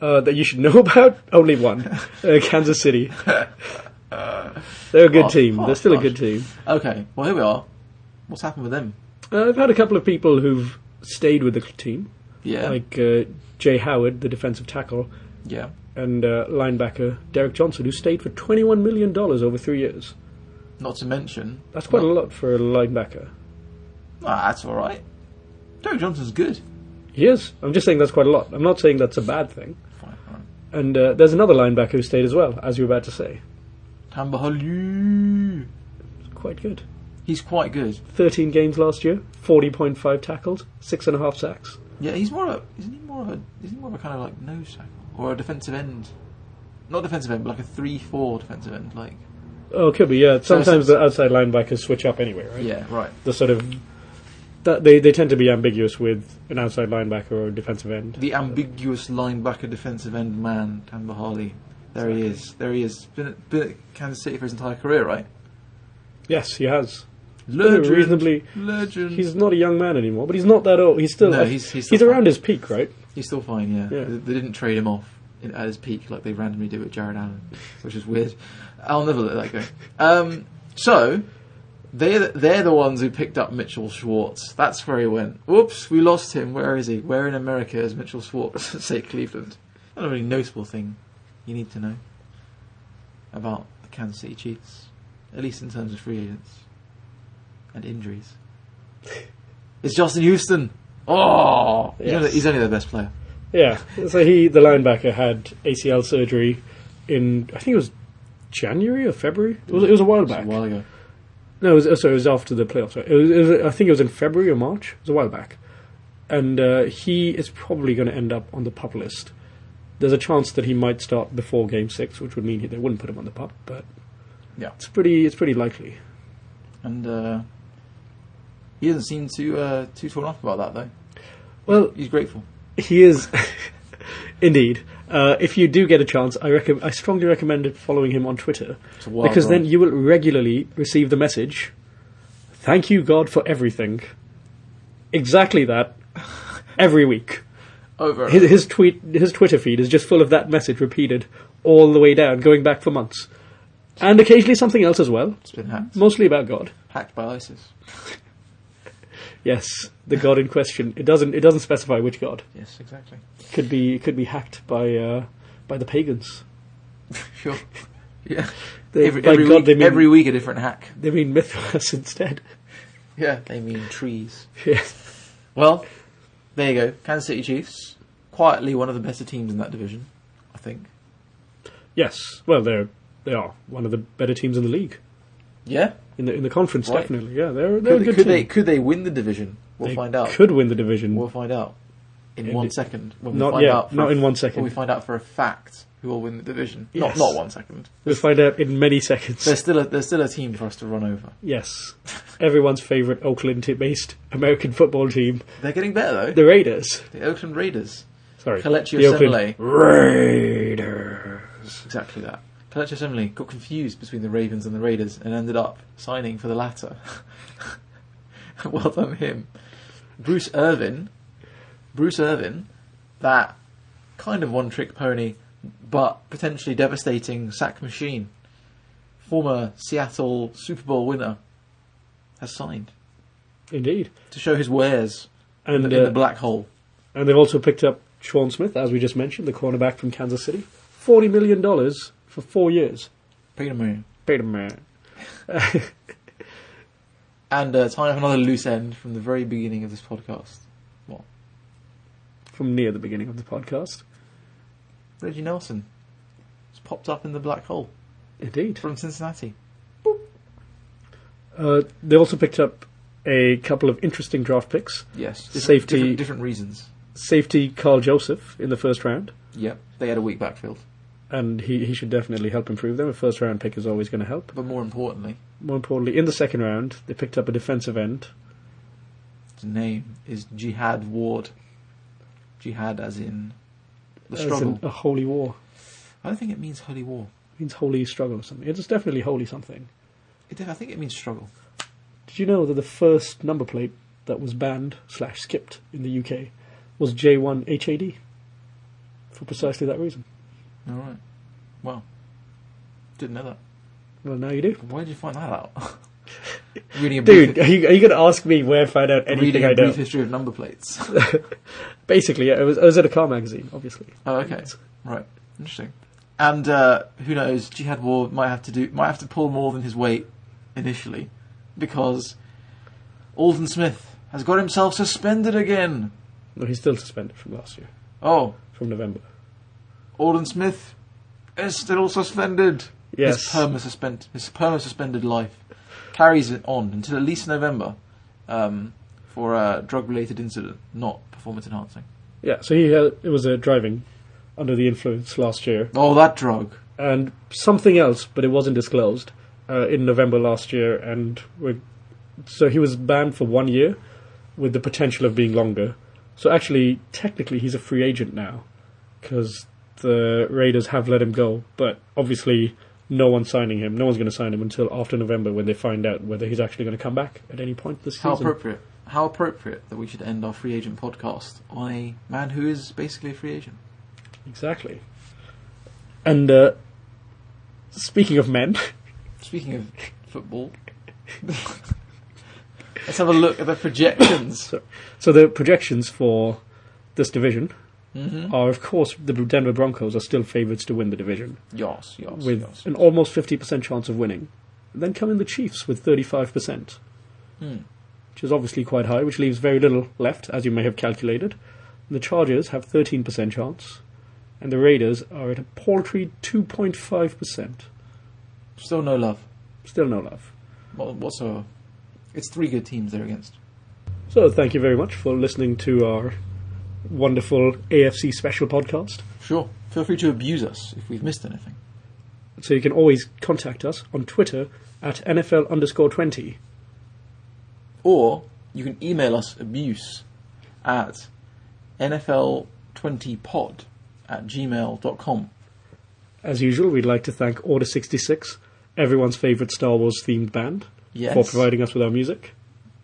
uh, that you should know about? Only one, uh, Kansas City. They're a good
Harsh,
team. They're
harsh,
still a
harsh.
good team.
Okay, well, here we are. What's happened with them?
Uh, I've had a couple of people who've stayed with the team,
Yeah.
like uh, Jay Howard, the defensive tackle,
yeah.
and uh, linebacker Derek Johnson, who stayed for twenty-one million dollars over three years.
Not to mention.
That's quite a lot for a linebacker.
Ah, that's alright. Derek Johnson's good.
He is. I'm just saying that's quite a lot. I'm not saying that's a bad thing.
Fine, alright.
And uh, there's another linebacker who stayed as well, as you were about to say.
Tamba Holu.
Quite good.
He's quite good.
13 games last year, 40.5 tackles, six and a half sacks.
Yeah, he's more of a, isn't he more of a isn't he more of a kind of like nose tackle or a defensive end? Not defensive end, but like a three-four defensive end. Like
Oh, could be, yeah.
So
Sometimes
it's-
the outside linebackers switch up anyway, right?
yeah, right.
The sort of. That they, they tend to be ambiguous with an outside linebacker or a defensive end.
The ambiguous linebacker, defensive end man, Tamba Holu. There he is. There he is. Been at, been at Kansas City for his entire career, right?
Yes, he has.
Legend.
reasonably-
Legend. He's,
He's not a young man anymore, but he's not that old. He's still.
No, he's- he's still
around
fine.
his peak, right?
still fine. Yeah.
Yeah.
They, they didn't trade him off in, at his peak like they randomly do with Jared Allen, which is weird. I'll never let that go. Um, so they they're the ones who picked up Mitchell Schwartz. That's where he went. Whoops, we lost him. Where is he? Where in America is Mitchell Schwartz? Say Cleveland. Not a really noticeable thing you need to know about the Kansas City Chiefs, at least in terms of free agents and injuries. It's Justin Houston. Oh, he's, only,
Yes.
he's only their best player.
Yeah. So he, the linebacker, had ACL surgery in, I think it was January or February? It was, it was a while
It was
back.
a while ago.
No, it was, oh, sorry, it was after the playoffs. Right? It was, it was, I think it was in February or March. It was a while back. And uh, he is probably going to end up on the pup list. There's a chance that he might start before Game Six, which would mean he, they wouldn't put him on the pup. But
Yeah.
it's pretty, it's pretty likely.
And uh, he doesn't seem too uh, too torn off about that though.
Well,
He's grateful.
he is indeed. Uh, if you do get a chance, I recommend, I strongly recommend following him on Twitter
It's a wild
because then
ride.
you will regularly receive the message, "Thank you God for everything." Exactly that, every week.
over.
His, his tweet, his Twitter feed is just full of that message repeated all the way down, going back for months, and occasionally something else as well,
it's been hacked.
mostly about God.
Hacked by ISIS.
Yes, the God in question. It doesn't. It doesn't specify which God.
Yes, exactly.
Could be. Could be hacked by uh, by the pagans.
Sure. Yeah.
They,
every,
by
every
God,
week,
they mean
every week a different hack.
they mean Mithras instead.
Yeah. They mean trees.
Yeah.
Well, there you go. Kansas City Chiefs, quietly one of the better teams in that division, I think.
Yes. Well, they're they are one of the better teams in the league
Yeah.
in the in the conference.
Right.
Definitely. Yeah. They're they're
Could,
a good
could
team.
they could they win the division? We'll
They
find out.
Could win the division.
We'll find out in
Indeed.
one second. When we
Not
find
yet.
Out for
Not
a-
in one second.
When we find out for a fact who will win the division.
Yes.
Not not one second.
we'll find out in many seconds.
There's still a, there's still a team for us to run over.
Yes. Everyone's favourite Oakland t- based American football team,
They're getting better though.
the Raiders.
The Oakland Raiders.
Sorry.
Coleccio
the Oakland
Semele.
Raiders.
Exactly that. Coleccio Semele got confused between the Ravens and the Raiders and ended up signing for the latter. well done him. Bruce Irvin. Bruce Irvin, that kind of one trick pony, but potentially devastating sack machine. Former Seattle Super Bowl winner has signed
Indeed.
to show his wares in,
And,
the, in the
uh,
black hole.
and they've also picked up Sean Smith, as we just mentioned, the cornerback from Kansas City. $40 million for four years.
Bring him in.
Paid him, man.
And uh, tying up another loose end from the very beginning of this podcast.
From near the beginning of the podcast.
Reggie Nelson. It's popped up in the black hole
Indeed.
from Cincinnati.
Uh, they also picked up a couple of interesting draft picks.
Yes.
Safety-
Different, different reasons.
Safety Carl Joseph in the first round,
Yep. They had a weak backfield.
and he, he should definitely help improve them. A first round pick is always going to help.
But more importantly,
More importantly, in the second round, they picked up a defensive end.
his name is Jihad Ward. Jihad as in the
As in
struggle.
a holy war.
I don't think it means holy war.
It means holy struggle or something. It's definitely holy something.
It, I think it means struggle.
Did you know that the first number plate that was banned slash skipped in the UK was J1HAD? for precisely that reason.
All right. Well, didn't know that.
Well, now you do.
Why did you find that out? reading a brief,
Dude, are you, are you going to ask me where I found out anything
reading
I
a brief
don't?
history of number plates.
Basically, yeah, it was, I was at a car magazine, obviously.
Oh, okay. Right. Interesting. And uh, who knows? Jihad War might have to do might have to pull more than his weight initially, because Alden Smith has got himself suspended again.
No, he's still suspended from last year,
Oh,
from November.
Alden Smith is still suspended. His
Yes.
perma suspend his perma suspended life carries it on until at least November, um, for a drug related incident, not performance enhancing.
Yeah, so he had, it was a driving under the influence last year,
Oh, that drug.
and something else, but it wasn't disclosed uh, in November last year, and we so he was banned for one year, with the potential of being longer. So actually, technically, he's a free agent now, because the Raiders have let him go, but obviously. No one's signing him. No one's going to sign him until after November when they find out whether he's actually going to come back at any point this
How
season.
appropriate. How appropriate that we should end our free agent podcast on a man who is basically a free agent.
Exactly. And uh, speaking of men,
Speaking of football, let's have a look at the projections.
so the projections for this division
hmm
are, of course, the Denver Broncos are still favourites to win the division
Yes, yes,
with
yes.
an almost 50% chance of winning. Then come in the Chiefs with 35%,
Hmm.
which is obviously quite high, which leaves very little left, as you may have calculated. The Chargers have 13% chance, and the Raiders are at a paltry 2.5%.
Still no love
Still no love.
Well, whatsoever. It's three good teams they're against.
So, thank you very much for listening to our wonderful AFC special podcast.
Sure. Feel free to abuse us if we've missed anything.
So, you can always contact us on Twitter at NFL underscore 20.
Or you can email us abuse at NFL20pod at gmail.com.
As usual, we'd like to thank Order 66, everyone's favourite Star Wars themed band,
Yes.
for providing us with our music.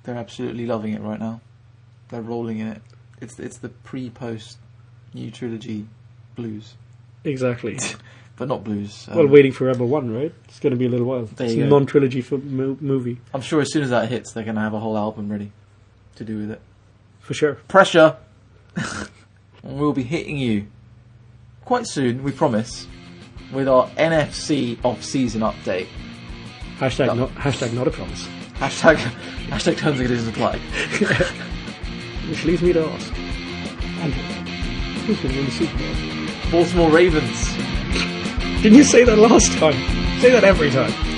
They're absolutely loving it right now. They're rolling in it. It's it's the pre-post new trilogy blues,
Exactly.
but not blues. Um,
well, waiting for Rebel 1, right? It's going to be a little while.
There
it's
you
a
go.
non trilogy for mo- movie,
I'm sure as soon as that hits, they're going to have a whole album ready to do with it.
for sure.
Pressure. and we'll be hitting you quite soon, we promise, with our NFC off-season update.
Hashtag,
Yeah.
not, hashtag not a promise.
Hashtag hashtag terms and conditions apply.
Which leads me to ask Andrew, who's going to win the Super Bowl?
Baltimore Ravens.
Didn't you say that last time? Say that every time.